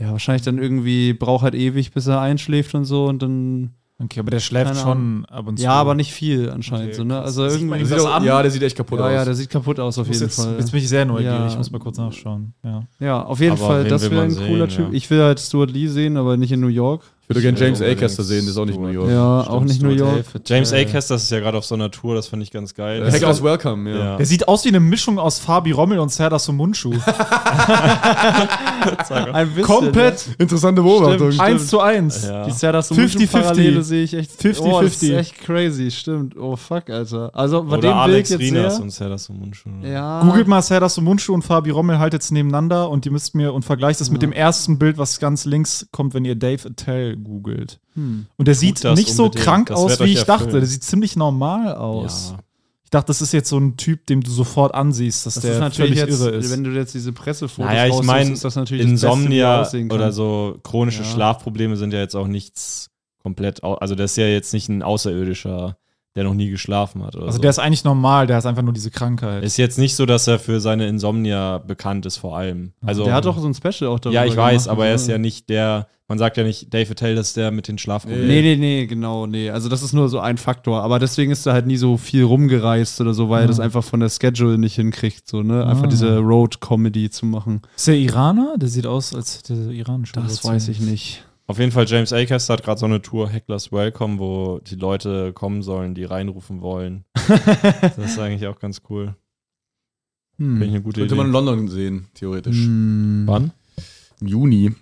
Ja, wahrscheinlich dann irgendwie braucht halt ewig, bis er einschläft und so und dann.
Okay, aber der schläft
Keine
schon ab und zu.
Ja, aber nicht viel anscheinend.
Okay,
so, ne? Also
Sieht man
irgendwie.
ihm
Sieht
das
auch-
an?
Ja, der sieht echt kaputt
Ja,
aus.
ja, der sieht kaputt aus auf
Muss
jeden
jetzt,
Fall.
jetzt bin ich sehr neugierig.
Ja.
Ich muss mal kurz nachschauen. Ja.
ja, auf jeden
Aber
Fall,
wen
das
will
wäre
man
ein cooler
sehen,
Typ.
ja.
Ich will halt Stuart Lee sehen, aber nicht in New York.
ich würde gerne
Ja,
James
unbedingt.
Acaster sehen, der ist auch nicht in New York.
ja, auch nicht New
Stuart
York. Äh,
Dave. James A. Caster ist ja gerade auf so einer Tour, das fand ich ganz geil.
Äh, Hackers Welcome, ja.
ja.
Der sieht aus wie eine Mischung aus Fabi Rommel und Serdar Sumunchu.
Ein bisschen,
Komplett
Interessante
Beobachtung. Stimmt.
eins zu eins.
Ja.
Die Sarah
50-50.
Parallele sehe ich echt.
50-50.
Oh, das ist echt crazy, stimmt. Oh fuck, Alter. Also
Oder
bei dem Bild
Alex
jetzt
Rinas
her.
und Sarah Sumunchu.
Ja.
Googelt mal Serdar Sumunchu und Fabi Rommel haltet es nebeneinander und ihr müsst mir und vergleicht es mit dem ersten Bild, was ganz links kommt, wenn ihr Dave Attell googelt.
Hm.
Und der sieht
das
nicht so
unbedingt.
krank
Das
aus,
wird
wie
euch
ich
erfüllen.
dachte. Der sieht ziemlich normal aus. Ich dachte, das ist jetzt so ein Typ, dem du sofort ansiehst, dass
Das
der
ist natürlich
völlig
jetzt,
irre ist.
wenn du jetzt diese Pressefotos
Naja, ich
raussuchst,
meine,
ist das natürlich das Beste, wie er
Insomnia
aussehen kann.
oder so chronische
Ja.
Schlafprobleme sind ja jetzt auch nichts komplett. au- Also, das ist ja jetzt nicht ein Außerirdischer, der noch nie geschlafen hat. Oder
Also
so.
der ist eigentlich normal, der hat einfach nur diese Krankheit.
Ist jetzt nicht so, dass er für seine Insomnia bekannt ist, vor allem. Also,
Der hat doch so ein Special auch darüber
ja, ich weiß,
gemacht.
aber er ist ja nicht der. Man sagt ja nicht, Dave Attell ist der mit den Schlafproblemen.
Nee, nee, nee, genau, nee. Also das ist nur so ein Faktor. Aber deswegen ist er halt nie so viel rumgereist oder so, weil er das einfach von der Schedule nicht hinkriegt, so, ne? Einfach
Ah.
diese Road-Comedy zu machen.
Ist der Iraner? Der sieht aus, als hätte der iranische Wurzeln.
nicht.
Auf jeden Fall, James Acaster hat gerade so eine Tour, Hecklers Welcome, wo die Leute kommen sollen, die reinrufen wollen. das ist eigentlich auch ganz cool. Finde ich eine gute
Könnte man in
Idee.
Mhm. Hm.
London sehen, theoretisch.
Wann?
Im Juni.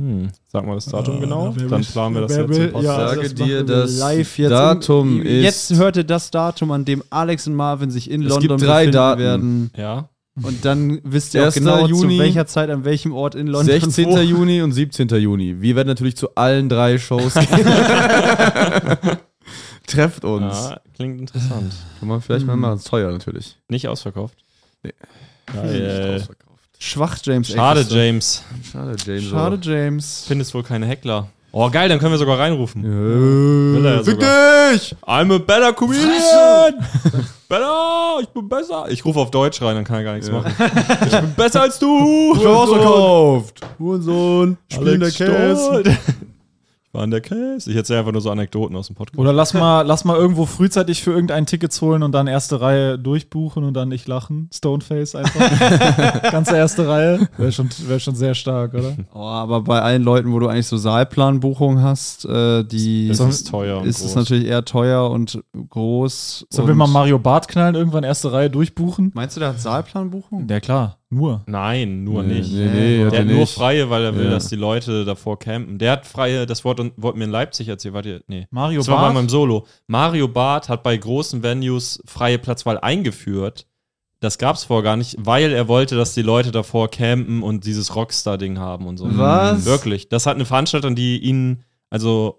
Hm. Sag mal das Datum genau,
wer
dann
will-
planen wir das
wer
jetzt.
will-
im Podcast.
ja, also
Sage
das machen
dir,
wir
das
live jetzt
Datum
im,
ist.
Jetzt hört ihr das Datum, an dem Alex und Marvin sich in
Es
London
gibt drei
befinden
Daten.
werden.
ja.
Und dann wisst ihr auch
1.
genau,
Juni,
zu welcher Zeit, an welchem Ort in London.
16.
wo.
Juni und 17. Juni. Wir werden natürlich zu allen drei Shows gehen. Trefft uns.
ja, klingt interessant.
Kann man vielleicht mal
Mhm.
machen. Ist teuer natürlich.
Nicht ausverkauft.
Nee.
Geil.
Schwach, James.
Schade,
James.
James.
Schade, James.
Schade, James.
Findest wohl keine Heckler. Oh, geil, dann können wir sogar reinrufen. Will er ja
Äh, Fick dich!
I'm a better comedian! better! Ich bin besser! Ich rufe auf Deutsch rein, dann kann er gar nichts machen. Ich bin besser als du! Ich
Verkauft! Hurensohn! Spielen der Käse!
Ich war in der Case. Ich erzähle einfach nur so Anekdoten aus dem Podcast.
Oder lass mal, lass mal irgendwo frühzeitig für irgendein Tickets holen und dann erste Reihe durchbuchen und dann nicht lachen. Stoneface einfach. Ganze erste Reihe. Wäre schon, wär schon sehr stark, oder?
Oh, aber bei allen Leuten, wo du eigentlich so Saalplanbuchungen hast, äh, die
Das ist teuer. und
ist es
groß.
natürlich eher teuer und groß.
Sollen
und
wir mal Mario Bart knallen, irgendwann erste Reihe durchbuchen?
Meinst du, der hat Saalplanbuchungen?
Ja, klar. Nur.
Nein, nur
Nee,
nicht.
nee, hat
Der
er
hat nur
nicht.
freie, weil er will,
Ja.
dass die Leute davor campen. Der hat freie, das Wort Wort mir in Leipzig erzählt. Warte, nee.
Mario
das war
Barth?
mal beim Solo. Mario Barth hat bei großen Venues freie Platzwahl eingeführt. Das gab's vorher gar nicht, weil er wollte, dass die Leute davor campen und dieses Rockstar-Ding haben und so. Mhm.
Was?
Wirklich. Das hat eine Veranstaltung, die ihn, also,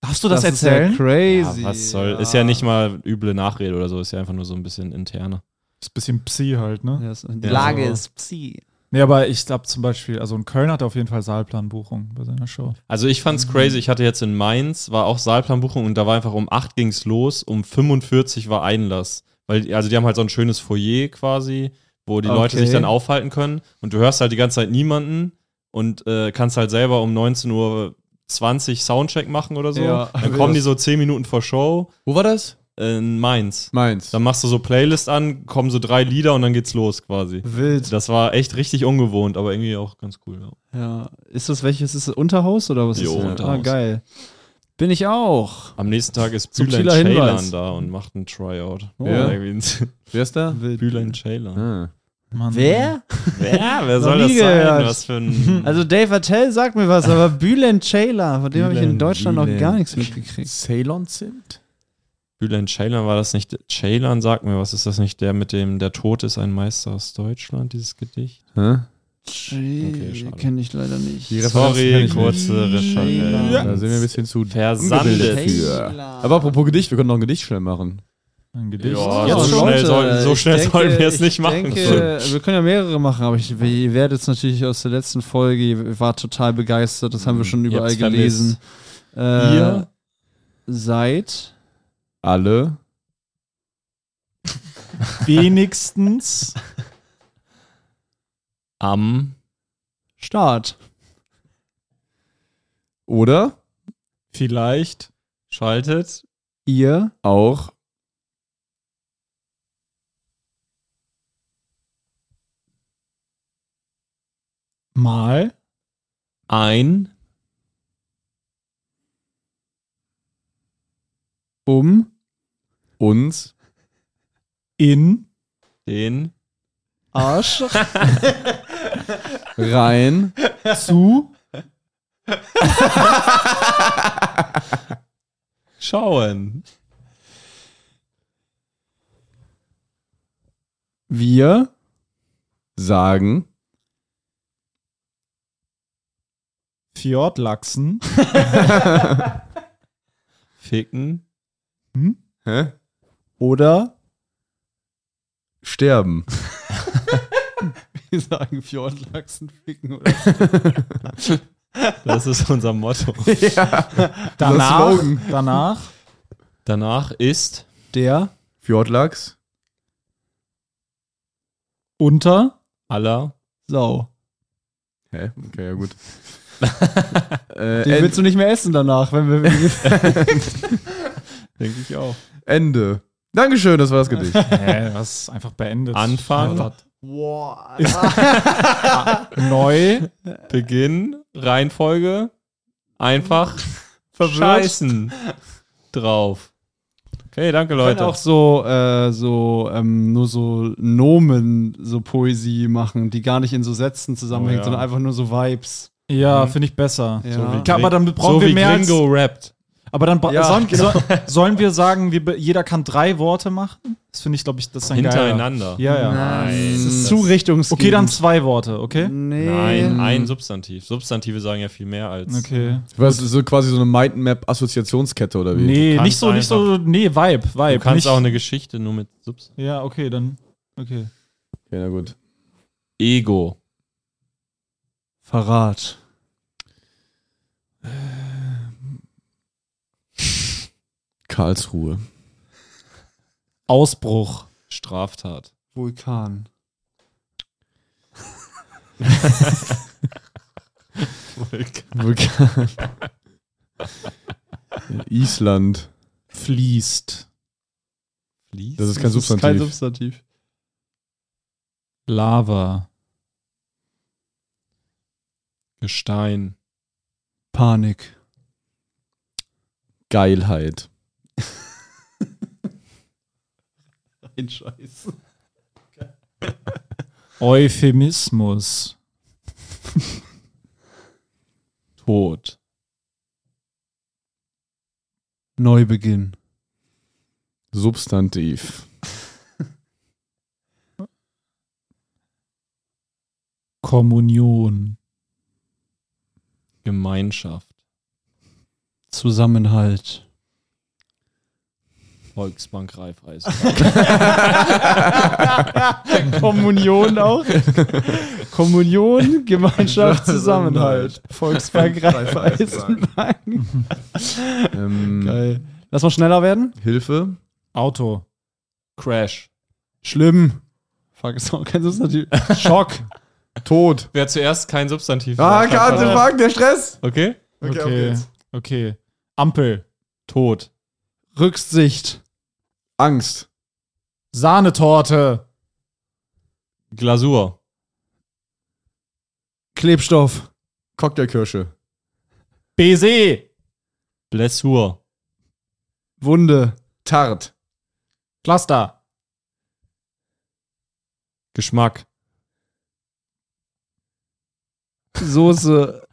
Darfst du das,
ist ja
erzählen?
crazy.
ja, was soll, ist ja nicht mal üble Nachrede oder so, ist ja einfach nur so ein bisschen interne.
ist ein bisschen Psi halt, ne?
Ja, ist-
Lage ist Psi.
Nee, aber ich glaube zum Beispiel, also in Köln hat er auf jeden Fall Saalplanbuchung bei seiner Show.
Also ich
Mhm.
fand's crazy. Ich hatte jetzt in Mainz, war auch Saalplanbuchung und da war einfach um 8 ging's los, um 45 war Einlass. Weil, die- also die haben halt so ein schönes Foyer quasi, wo die Leute
Okay.
sich dann aufhalten können und du hörst halt die ganze Zeit niemanden und äh, kannst halt selber um 19 Uhr 20 Soundcheck machen oder so.
Ja.
dann kommen die so 10 Minuten vor Show
Also Wo war das?
in Mainz.
Meins.
Dann machst du so Playlist an, kommen so drei Lieder und dann geht's los quasi.
Wild.
Das war echt richtig ungewohnt, aber irgendwie auch ganz cool. Ja.
Ja. Ist das welches? Ist das Unterhaus oder was
Jo,
ist das?
Unterhaus.
Ah, geil. Bin ich auch.
Am nächsten Tag ist
Subtiler
Bülent Ceylan
Hinweis.
da und macht ein Tryout.
Oh.
Ja.
Irgendwie
Wer ist da?
Wild.
Bülent Ceylan.
Ah.
Mann.
Wer?
Ja, wer soll
Noch
das
nie
sein?
gehört.
Was für ein.
Also Dave Attell sagt mir was, aber Bülent Ceylan, von dem habe ich in
Bülent,
Deutschland noch
Bülent.
gar nichts mitgekriegt.
Ceylon Zimt?
Bülent Ceylan war das nicht. Ceylan, sag mir, was ist das nicht? Der mit dem Der Tod ist ein Meister aus Deutschland, dieses Gedicht?
Hä?
schade.
Kenne ich leider nicht.
Sorry, kurze Recherche.
Ja. Da sind wir ein bisschen zu
Versandet.
für. Aber apropos Gedicht, wir können noch ein Gedicht schnell machen.
Ein Gedicht.
Ja,
Ja,
so schnell,
Leute,
sollten, so
ich
schnell
denke-
sollten wir es
ich
nicht machen.
Denke, wir können ja mehrere machen, aber ich, ihr werdet es natürlich aus der letzten Folge, ihr wart total begeistert, das haben wir schon
Mhm. Ihr
überall
habt's vermisst.
gelesen. Äh, ihr seid
Alle.
Wenigstens.
Am.
Start.
Oder
Vielleicht.
Schaltet.
Ihr
auch
Mal.
Ein.
um
uns.
In.
Den.
Arsch
Rein.
Zu.
Schauen.
wir
Sagen.
Fjordlachsen.
Ficken.
Hä?
oder
Sterben.
wir sagen Fjordlachsen ficken oder
Das ist unser Motto.
Danach. Danach.
Danach ist.
der
Fjordlachs.
Unter.
aller
Sau.
Hä? Okay, ja gut.
Den
äh,
willst du nicht mehr essen danach, wenn wir
Denke ich auch.
Ende. Dankeschön, das war das Gedicht.
Hä, das ist einfach beendet.
Anfang.
Ja, das- Neu.
Beginn, Reihenfolge, einfach scheißen drauf. Okay, danke,
können
Leute.
auch so, äh, so ähm, nur so Nomen, so Poesie machen, die gar nicht in so Sätzen zusammenhängt,
Oh ja.
sondern einfach nur so Vibes.
Ja, finde ich besser.
Ja.
So wie
Klar, aber dann brauchen
so
wir
wie
mehr als,
Gringo rappt.
Aber dann bra-
Ja,
sollen,
genau.
so, sollen wir sagen, wir, be- jeder kann drei Worte machen? Das finde ich, glaube ich, das ist ein geiler.
Hintereinander.
Ja, ja.
Es
Nein.
ist zu richtungsgebend.
Okay, dann zwei Worte, okay?
Nee.
Nein, ein Substantiv. Substantive sagen ja viel mehr als.
Okay.
Was ist so quasi so eine Mindmap-Assoziationskette oder wie?
Nee,
kannst
nicht so, nicht so, nee, Vibe, Vibe.
Du kannst
nicht,
auch eine Geschichte nur mit Substantiv.
Ja, okay, dann, okay.
Ja, na gut.
Ego.
Verrat.
Karlsruhe.
Ausbruch.
Straftat.
Vulkan.
Vulkan. Island.
Fließt.
Fließ?
Das ist kein Substantiv.
Kein Substantiv.
Lava.
Gestein.
Panik.
Geilheit.
Ein Scheiß.
Euphemismus.
Tod.
Neubeginn.
Substantiv.
Kommunion.
Gemeinschaft.
Zusammenhalt.
Volksbank Reifeisen.
Kommunion auch. Kommunion, Gemeinschaft, Zusammenhalt. Volksbank Raiffeisenbank.
Ähm,
Geil. Lass mal schneller werden.
Hilfe.
Auto.
Crash.
Schlimm. Fuck, ist auch kein Substantiv. Schock.
Tod.
Wer zuerst kein Substantiv
Ah,
sagt, hat-
Karte, fuck, der Stress.
Okay.
Okay, okay. Ampel.
Tod.
Rücksicht.
Angst.
Sahnetorte.
Glasur.
Klebstoff.
Cocktailkirsche.
BC.
Blessur.
Wunde.
Tart.
Cluster.
Geschmack.
Soße.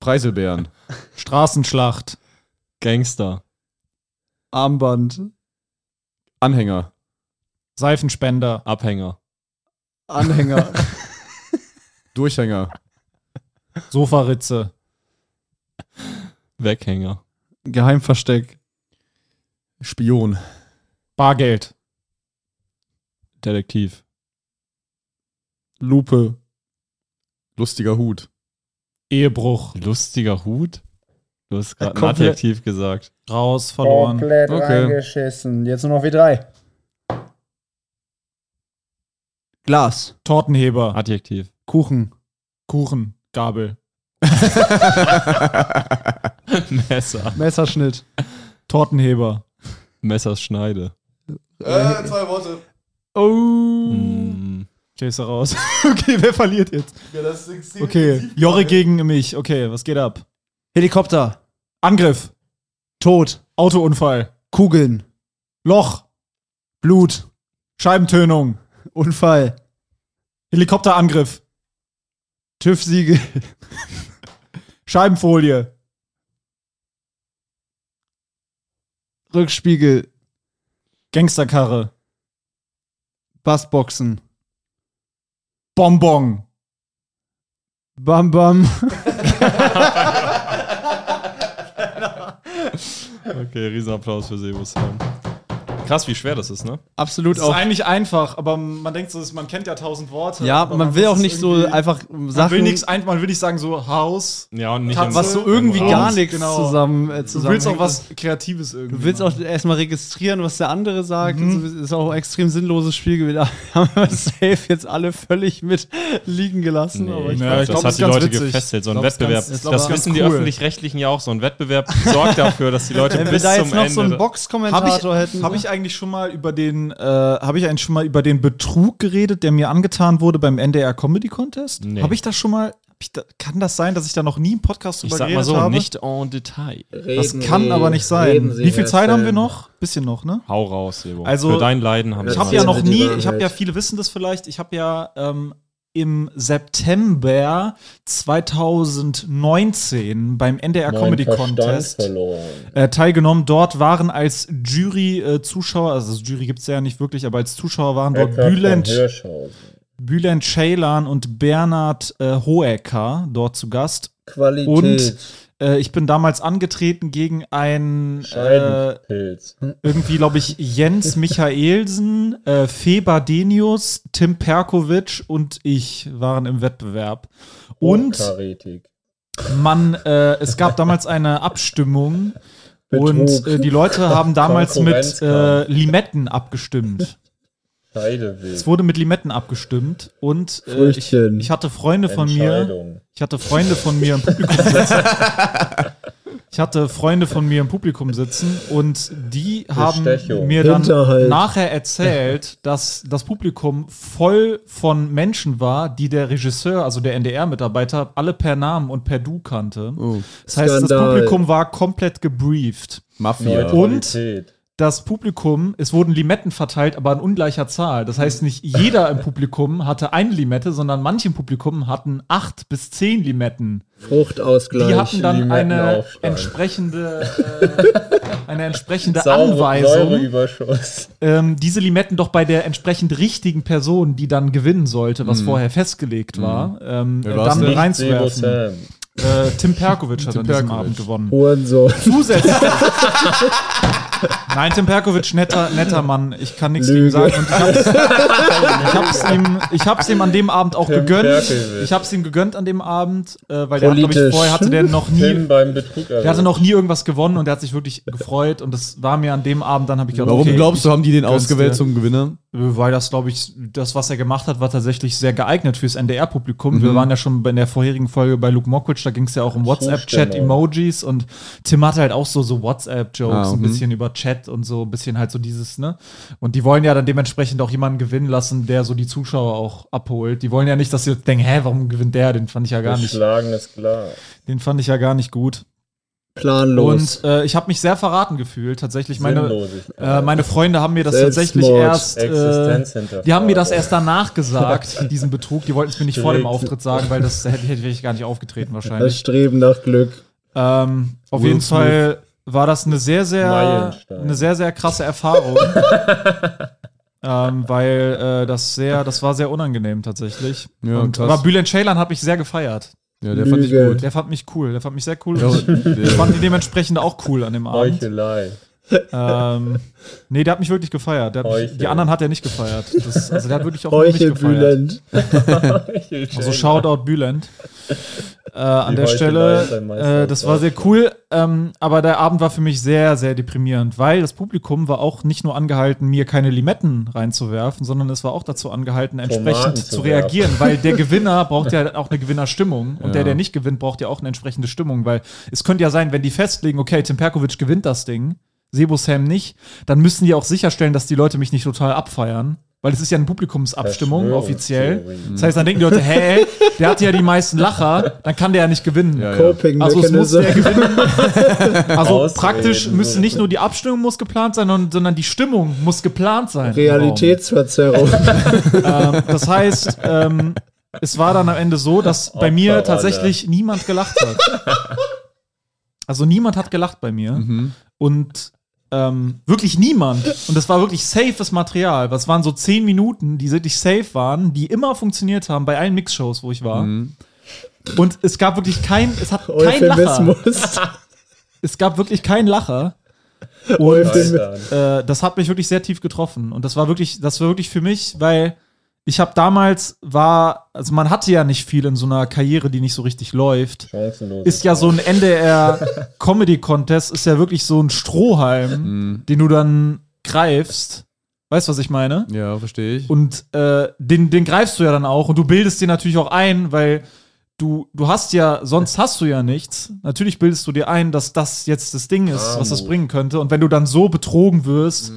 Preiselbeeren.
Straßenschlacht.
Gangster.
Armband.
Anhänger.
Seifenspender.
Abhänger.
Anhänger.
Durchhänger.
Sofaritze.
Weghänger.
Geheimversteck.
Spion.
Bargeld.
Detektiv.
Lupe.
Lustiger Hut.
Ehebruch.
Lustiger Hut? Du hast gerade ein
Komplett-
Adjektiv gesagt.
Raus, verloren.
Okay.
reingeschissen. Jetzt nur noch W3.
Glas.
Tortenheber.
Adjektiv.
Kuchen.
Kuchen. Gabel.
Messer.
Messerschnitt.
Tortenheber.
Messerschneide.
Äh, zwei Worte.
Oh.
Mm.
Okay, ist er raus. okay, wer verliert jetzt? Okay. Jorre gegen mich. Okay, was geht ab?
Helikopter.
Angriff.
Tod.
Autounfall.
Kugeln.
Loch.
Blut.
Scheibentönung.
Unfall.
Helikopterangriff.
TÜV-Siegel.
Scheibenfolie.
Rückspiegel.
Gangsterkarre.
Bassboxen.
Bonbon.
Bam Bam.
Hm. Okay, Riesenapplaus für Sebus. Krass, wie schwer das ist, ne?
Absolut
Das ist eigentlich einfach, aber man denkt so, man kennt ja tausend Worte.
Ja,
aber
man, will
muss
auch nicht so
irgendwie-
einfach ähm,
Man
Sachen,
will, nix ein, man will nicht sagen so Haus.
Ja, und nicht
Tat-
im-
was so irgendwie
im
gar
Raum.
nichts
Genau.
zusammen
Du
äh,
willst auch
zusammenhängt.
was Kreatives irgendwie.
Du willst auch
machen.
erstmal registrieren, was der andere sagt. Das ist auch ein extrem sinnloses Spiel gewesen. Da haben wir safe jetzt alle völlig mit liegen gelassen.
Nee,
aber
ich
ich
Ja,
glaub,
ich glaub,
das hat
ist
die
ganz
Leute
witzig.
gefesselt, so ein
Ich glaub, ist
Wettbewerb.
ganz- ist, glaub,
das
ganz
wissen die
cool.
Öffentlich-Rechtlichen ja auch so. Ein Wettbewerb sorgt dafür, dass die Leute
wenn wir
bis
da
zum
jetzt noch
Ende...
so einen
Habe ich,
Boxkommentator hätten.
hab ich eigentlich schon mal über den, äh, habe ich eigentlich schon mal über den Betrug geredet, der mir angetan wurde beim NDR Comedy Contest?
Nee.
Habe ich das schon mal? hab Ich da, kann das sein, dass ich da noch nie im Podcast
ich
drüber
sag
geredet
mal so,
habe?
nicht en Detail.
das kann aber nicht sein. Wie viel Zeit haben wir noch? Bisschen noch, ne?
Hau raus, Sebo.
Also,
Für dein Leiden haben
Ich
wir
habe
was.
ja
Erzählen
noch
Sie die
nie,
Wahrheit.
ich habe ja, viele wissen das vielleicht, ich habe ja ähm, im September 2019 beim NDR Comedy Contest
verloren.
äh, teilgenommen. Dort waren als Jury-Zuschauer, also das Jury gibt es ja nicht wirklich, aber als Zuschauer waren dort
Eckart von
Bülent,
Hirschhausen.
Bülent Ceylan und Bernhard äh, Hoecker dort zu Gast.
Qualität.
Und äh, ich bin damals angetreten gegen einen äh,
Scheidenpilz.
irgendwie, glaube ich, Jens Michaelsen, äh, Feber Denius, Tim Perkovic und ich waren im Wettbewerb. Und
Hochkarätig.
man, äh, es gab damals eine Abstimmung und
Betrug.
äh, die Leute haben damals mit äh,
Konkurrenzkampf.
Limetten abgestimmt. Es
Scheideweg.
wurde mit Limetten abgestimmt und äh, ich,
Früchtchen.
ich hatte Freunde von mir,
Entscheidung.
ich hatte Freunde von mir im Publikum sitzen. Ich hatte Freunde von mir im Publikum sitzen und die haben
Bestechung.
mir dann
Hinterhalt.
nachher erzählt, dass das Publikum voll von Menschen war, die der Regisseur, also der NDR-Mitarbeiter, alle per Namen und per Du kannte. Das heißt, das
Skandal.
Publikum war komplett gebrieft.
Mafia.
Neutralität.
Das Publikum, es wurden Limetten verteilt, aber in ungleicher Zahl. Das heißt, nicht jeder im Publikum hatte eine Limette, sondern manche im Publikum hatten acht bis zehn Limetten.
Fruchtausgleich.
Die hatten dann eine
Limettenaufstand.
entsprechende, äh, eine entsprechende
Saure-
Anweisung,
Säureüberschuss.
ähm, diese Limetten doch bei der entsprechend richtigen Person, die dann gewinnen sollte, was vorher festgelegt war, ähm,
Wer
äh,
war's
dann
denn?
Sebo
reinzuwerfen.
Sam.
Äh, Tim Perkovic hat
Tim
an diesem
Perkovic.
Abend gewonnen.
Hurensohn.
Zusätzlich. Nein, Tim Perkovic, netter, netter Mann. Ich kann nichts gegen
Lüge.
sagen. Und ich hab's, ich, hab's ihm, ich hab's ihm an dem Abend auch
Tim
gegönnt.
Perkovic.
Ich hab's ihm gegönnt an dem Abend, äh, weil der hat, glaub ich,
Politisch.
vorher hatte der noch nie.
Tim beim Betrug
Der hatte noch nie irgendwas gewonnen und der hat sich wirklich gefreut und das war mir an dem Abend, dann habe ich gedacht,
Warum
okay,
glaubst du, haben die den
gönn's
ausgewählt
dir.
zum Gewinner?
weil das, glaube ich, das, was er gemacht hat, war tatsächlich sehr geeignet fürs NDR-Publikum.
Mhm.
Wir waren ja schon bei- in der vorherigen Folge bei Luke Mockridge, da ging es ja auch um WhatsApp-Chat,
Zustimmung.
Emojis und Tim hatte halt auch so, so WhatsApp-Jokes,
Ah,
ein
mhm.
bisschen über Chat und so, ein bisschen halt so dieses, ne? Und die wollen ja dann dementsprechend auch jemanden gewinnen lassen, der so die Zuschauer auch abholt. Die wollen ja nicht, dass sie jetzt denken, hä, warum gewinnt der? Den fand ich ja gar nicht,
Geschlagenes Glas.
den fand ich ja gar nicht gut.
Planlos.
Und äh, ich habe mich sehr verraten gefühlt, tatsächlich. Meine,
Sinnlosigkeit.
äh, meine Freunde haben mir das
Selbstmord.
tatsächlich erst. Äh,
Existenz hinterfragen.
die haben mir das erst danach gesagt, diesen Betrug. Die wollten es mir nicht vor dem Auftritt sagen, weil das hätte, hätte ich gar nicht aufgetreten
das
wahrscheinlich.
Streben nach Glück.
Ähm, auf jeden Fall war das eine sehr, sehr,
Meilenstein.
eine sehr, sehr krasse Erfahrung. ähm, weil äh, das sehr, das war sehr unangenehm tatsächlich.
Ja,
Und,
krass.
aber Bülent Ceylan hat mich sehr gefeiert.
Ja, der fand ich
Lüge.
gut.
Der fand mich cool. Der fand mich sehr cool.
Ja,
und Ich
der-
fand ihn dementsprechend auch cool an dem Abend.
Heuchelei.
Ähm, nee, der hat mich wirklich gefeiert. Der hat mich,
Heuchel.
die anderen hat er nicht gefeiert. Das, also der hat wirklich auch nur mich gefeiert.
Heuchelbülend.
Also Shoutout Bülent. Äh, an
Die Heuchelei
der
ist ein
Stelle,
Meister
äh, das war
in
sehr cool, ähm, aber der Abend war für mich sehr, sehr deprimierend, weil das Publikum war auch nicht nur angehalten, mir keine Limetten reinzuwerfen, sondern es war auch dazu angehalten, entsprechend
zu
zu reagieren, weil der Gewinner braucht ja auch eine Gewinnerstimmung und der, der nicht gewinnt, braucht ja auch eine entsprechende Stimmung, weil es könnte ja sein, wenn die festlegen, okay, Tim Perkovic gewinnt das Ding, Sebo Sam nicht, dann müssen die auch sicherstellen, dass die Leute mich nicht total abfeiern. Weil es ist ja eine Publikumsabstimmung offiziell.
Verschwörungstheorien.
Das heißt, dann denken die Leute, hä, der hatte ja die meisten Lacher, dann kann der ja nicht gewinnen.
Ja, ja.
Coping
Also es muss der
Mechanism.
gewinnen. Also
Ausreden.
praktisch müsste nicht nur die Abstimmung muss geplant sein, sondern- sondern die Stimmung muss geplant sein. im
Realitätsverzerrung.
Raum. Ähm, das heißt, ähm, es war dann am Ende so, dass bei mir
Opferrolle.
tatsächlich niemand gelacht hat. Also niemand hat gelacht bei mir. Und ähm, wirklich niemand. Und das war wirklich safes Material. Das waren so zehn Minuten, die wirklich safe waren, die immer funktioniert haben bei allen Mixshows, wo ich war. Und es gab wirklich kein, es hat kein Lacher.
Euphemismus.
Es gab wirklich keinen Lacher.
Euphemi-
Scheitern.
Äh, das hat mich wirklich sehr tief getroffen. Und das war wirklich, das war wirklich für mich, weil ich habe damals war, also man hatte ja nicht viel in so einer Karriere, die nicht so richtig läuft
Chancenlosigkeit.
ist ja so ein NDR Comedy Contest, ist ja wirklich so ein Strohhalm, den du dann greifst. Weißt du, was ich meine?
Ja, verstehe ich.
Und äh, den, den greifst du ja dann auch und du bildest dir natürlich auch ein, weil du, du hast ja, sonst hast du ja nichts. Natürlich
Ah,
bildest du dir ein, dass das jetzt das Ding ist, was das
Armut.
bringen könnte. Und wenn du dann so betrogen wirst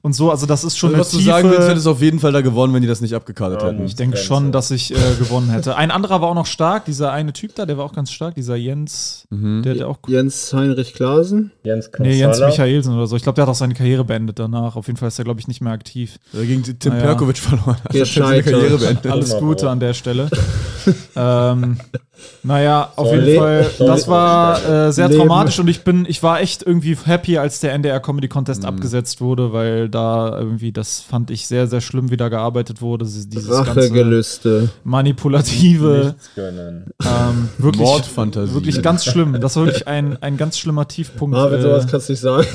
und so. Also das ist schon
Mhm. Also, was du
eine
sagen willst,
tiefe.
hättest du auf jeden Fall da gewonnen, wenn die das nicht abgekartet
Ja,
hätten.
muss-
ich denke schon, dass ich äh, gewonnen hätte. Ein anderer war auch noch stark. Dieser eine Typ da, der war auch ganz stark. Dieser Jens,
Mhm.
der hat auch
Jens Heinrich Klasen.
Jens Kassala.
Nee, Jens Michaelsen oder so. Ich glaube, der hat auch seine Karriere beendet danach. Auf jeden Fall ist er, glaube ich, nicht mehr aktiv.
Da ging Tim
Ah, ja.
Perkovic verloren. hat. Hat seine
Gescheitert.
Karriere beendet.
Alles
Immer
Gute
so.
an der Stelle. ähm, naja, auf
Soll-
jeden Fall,
soll-
das war äh, sehr
Leben.
traumatisch und ich bin, ich war echt irgendwie happy, als der NDR Comedy Contest abgesetzt wurde, weil da irgendwie, das fand ich sehr, sehr schlimm, wie da gearbeitet wurde. Dieses ganze
Rachegelüste.
manipulative,
Nichts gönnen.
ähm, wirklich,
Mordfantasie.
wirklich ganz schlimm. Das war wirklich ein, ein ganz schlimmer Tiefpunkt.
Marvin,
äh,
sowas kannst du nicht sagen.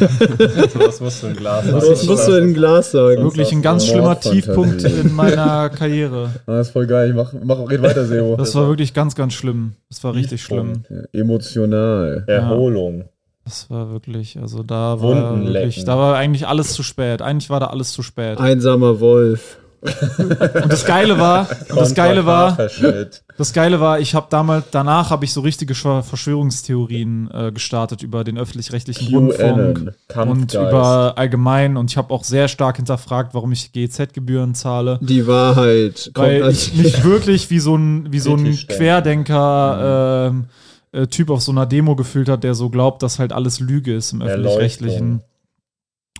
Was musst du ein Glas haben?
Sowas musst du in ein Glas sagen.
wirklich ein ganz
Mord-
schlimmer
Fantasie.
Tiefpunkt in meiner Karriere.
Das ist voll geil. Ich mach, mach red weiter, Sebo.
Das war wirklich ganz, ganz schlimm. Das war richtig schlimm.
Emotional.
Erholung.
Das war wirklich, also da war
Wunden
wirklich,
lecken.
da war eigentlich alles zu spät. Eigentlich war da alles zu spät.
Einsamer Wolf.
Und das Geile war, und das Geile war,
Konterhaarverschnitt.
das Geile war, ich habe damals, danach habe ich so richtige Schw- Verschwörungstheorien äh, gestartet über den öffentlich-rechtlichen Rundfunk
QAnon.
und
Kampfgeist.
über allgemein. Und ich habe auch sehr stark hinterfragt, warum ich GEZ-Gebühren zahle.
Die Wahrheit.
weil
als-
ich mich wirklich wie so ein, wie so ein
Kritisch denken.
Querdenker ähm, äh, Typ auf so einer Demo gefühlt hat, der so glaubt, dass halt alles Lüge ist im
Erleuchtung.
öffentlich-rechtlichen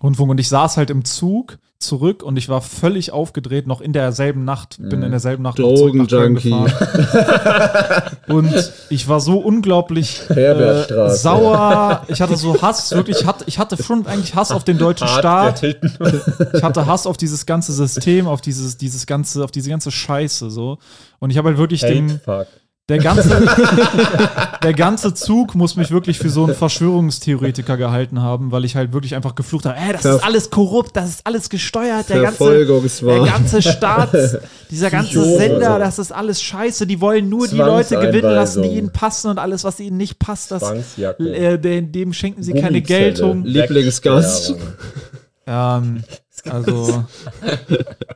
Rundfunk. Und ich saß halt im Zug zurück und ich war völlig aufgedreht, noch in derselben Nacht, bin in derselben Nacht noch zurück nach Köln
Drogenjunkie.
gefahren. und ich war so unglaublich äh,
Herbertstraße.
sauer. Ich hatte so Hass, wirklich, ich hatte, ich hatte schon eigentlich Hass auf den deutschen Staat. Ich hatte Hass auf dieses ganze System, auf dieses, dieses ganze, auf diese ganze Scheiße so. Und ich habe halt wirklich
Hate
den,
fuck.
der ganze, der ganze Zug muss mich wirklich für so einen Verschwörungstheoretiker gehalten haben, weil ich halt wirklich einfach geflucht habe, ey, das ist
Ver-
alles korrupt, das ist alles gesteuert, der ganze, der
Verfolgungswahn.
ganze Staat, dieser ganze
Psychose.
Sender, das ist alles Scheiße, die wollen nur die Leute gewinnen lassen, die
Zwangseinweisung.
ihnen passen und alles, was ihnen nicht passt, das,
Zwangsjacke.
äh, dem, dem schenken sie keine
Gummizelle.
Geltung.
Lieblingsgast.
Ähm, also,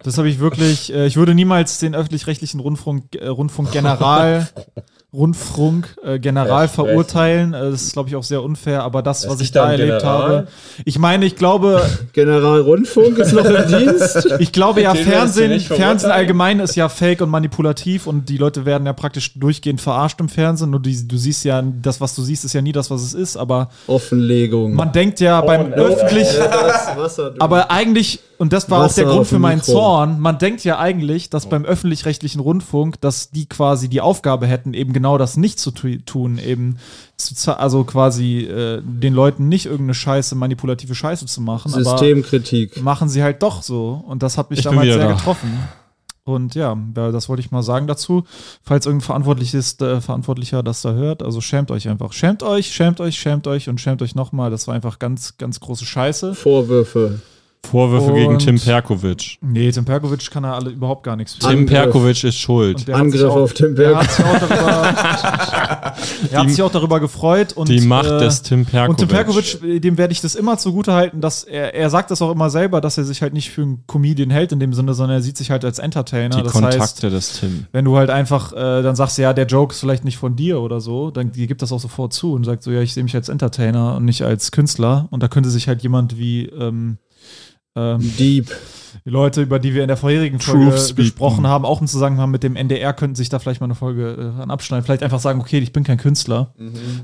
das habe ich wirklich. Äh, ich würde niemals den öffentlich-rechtlichen Rundfunk, äh, Rundfunk General, Rundfunk äh, General
Versprechen.
verurteilen. Äh, das ist, glaube ich, auch sehr unfair. Aber das,
Es
was ich
gibt da
da
einen
erlebt
General?
habe, ich meine, ich glaube,
General Rundfunk ist noch im Dienst.
ich glaube ja,
Den willst du
Fernsehen,
nicht
Fernsehen
verurteilen?
allgemein ist ja fake und manipulativ und die Leute werden ja praktisch durchgehend verarscht im Fernsehen. Nur die, du siehst ja, das, was du siehst, ist ja nie das, was es ist. Aber
Offenlegung.
man denkt ja beim
no.
öffentlich,
Das Wasser, du.
Aber eigentlich, und das war auch
Wasser
der Grund
auf
für
dem
meinen
Mikro.
Zorn, man denkt ja eigentlich, dass beim öffentlich-rechtlichen Rundfunk, dass die quasi die Aufgabe hätten, eben genau das nicht zu tu- tun, eben zu, za- also quasi äh, den Leuten nicht irgendeine Scheiße, manipulative Scheiße zu machen,
Systemkritik.
aber machen sie halt doch so. Und das hat mich
Ich bin
damals
wieder
sehr
da.
getroffen. Und ja, da- das wollte ich mal sagen dazu. Falls irgendein Verantwortliches, äh, Verantwortlicher das da hört, also schämt euch einfach. Schämt euch, schämt euch, schämt euch und schämt euch nochmal. Das war einfach ganz, ganz große Scheiße.
Vorwürfe.
Vorwürfe
Und-
gegen Tim Perkovic.
Nee, Tim Perkovic kann er alle überhaupt gar nichts für.
An-
Tim
Angriff.
Perkovic ist schuld.
Und der hat sich
Angriff
auch-
auf den
Der
Berg.
hat sich auch darüber, der hat sich auch darüber gefreut. Und,
Die Macht
äh,
des Tim
Und
Perkovic.
Tim Perkovic, äh, dem werde ich das immer zugutehalten, dass er, er sagt das auch immer selber, dass er sich halt nicht für einen Comedian hält in dem Sinne, sondern er sieht sich halt als Entertainer.
Die
das
Kontakte
heißt,
des Tim.
wenn du halt einfach äh, dann sagst, ja, der Joke ist vielleicht nicht von dir oder so, dann die gibt das auch sofort zu und sagt so, ja, ich sehe mich als Entertainer und nicht als Künstler. Und da könnte sich halt jemand wie ähm, ähm,
Deep.
die Leute, über die wir in der vorherigen
Truth
Folge
speaking.
gesprochen haben, auch im Zusammenhang mit dem NDR, könnten sich da vielleicht mal eine Folge äh, an abschneiden. Vielleicht einfach sagen, okay, ich bin kein Künstler,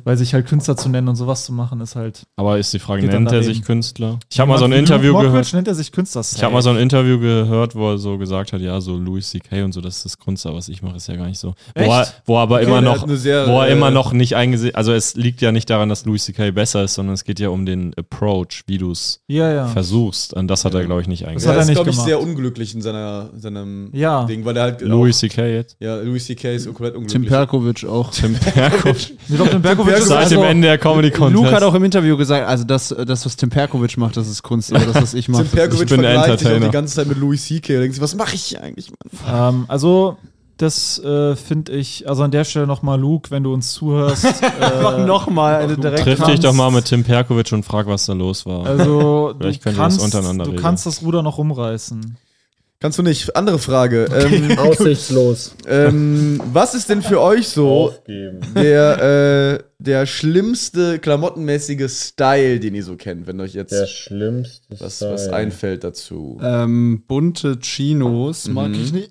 weil sich halt Künstler zu nennen und sowas zu machen, ist halt.
Aber ist die Frage,
Geht dann
nennt er
daneben.
sich Künstler? Ich habe mal so ein
Jemand wie Luke
Interview
Mockridge
gehört.
nennt er sich Künstler.
Ich habe mal so ein Interview gehört, wo er so gesagt hat, ja, so Louis C.K. und so, das ist das Kunstler, was ich mache, ist ja gar nicht so. Wo er,
Echt?
wo er aber
der
immer
hat
noch,
eine sehr,
wo er
äh,
immer noch nicht eingesehen, also es liegt ja nicht daran, dass Louis C.K. besser ist, sondern es geht ja um den Approach, wie du es
Ja, ja.
versuchst. Und das hat er, glaube ich, nicht
hat
eingesehen.
er
ist,
nicht
glaub ich,
gemacht.
sehr unglücklich in seiner, seinem
Ja.
Ding, weil er halt.
Louis C.K. jetzt.
Auch, ja, Louis C.K. ist komplett
Tim
unglücklich.
Perkovic auch.
Tim Perkovic.
Ich glaube, Tim Berkowitz ist
Seit
also,
dem Ende der Comedy Contest.
Luke hat auch im Interview gesagt, also das, äh, das was Tim Perkovic macht, das ist Kunst, aber das, was ich mache,
Tim Perkovic
Ich bin der
vergleicht sich auch die
Entertainer.
ganze Zeit mit Louis C.K. und denkt sich, was mache ich hier eigentlich, Mann?
ähm, also, das äh, finde ich, also an der Stelle nochmal, Luke, wenn du uns zuhörst. äh,
nochmal eine direkt.
Triff dich
kannst-
doch mal mit Tim Perkovic und frag, was da los war.
Also, du
Vielleicht könnt ihr das
kannst,
untereinander
du
regeln.
kannst das Ruder noch umreißen.
Kannst du nicht. Andere Frage. Ähm,
Aussichtslos.
ähm, was ist denn für euch so der, äh, der schlimmste klamottenmäßige Style, den ihr so kennt, wenn euch jetzt
Der schlimmste
was, was
Style.
einfällt dazu?
Ähm, bunte Chinos mag
Mhm.
ich nicht.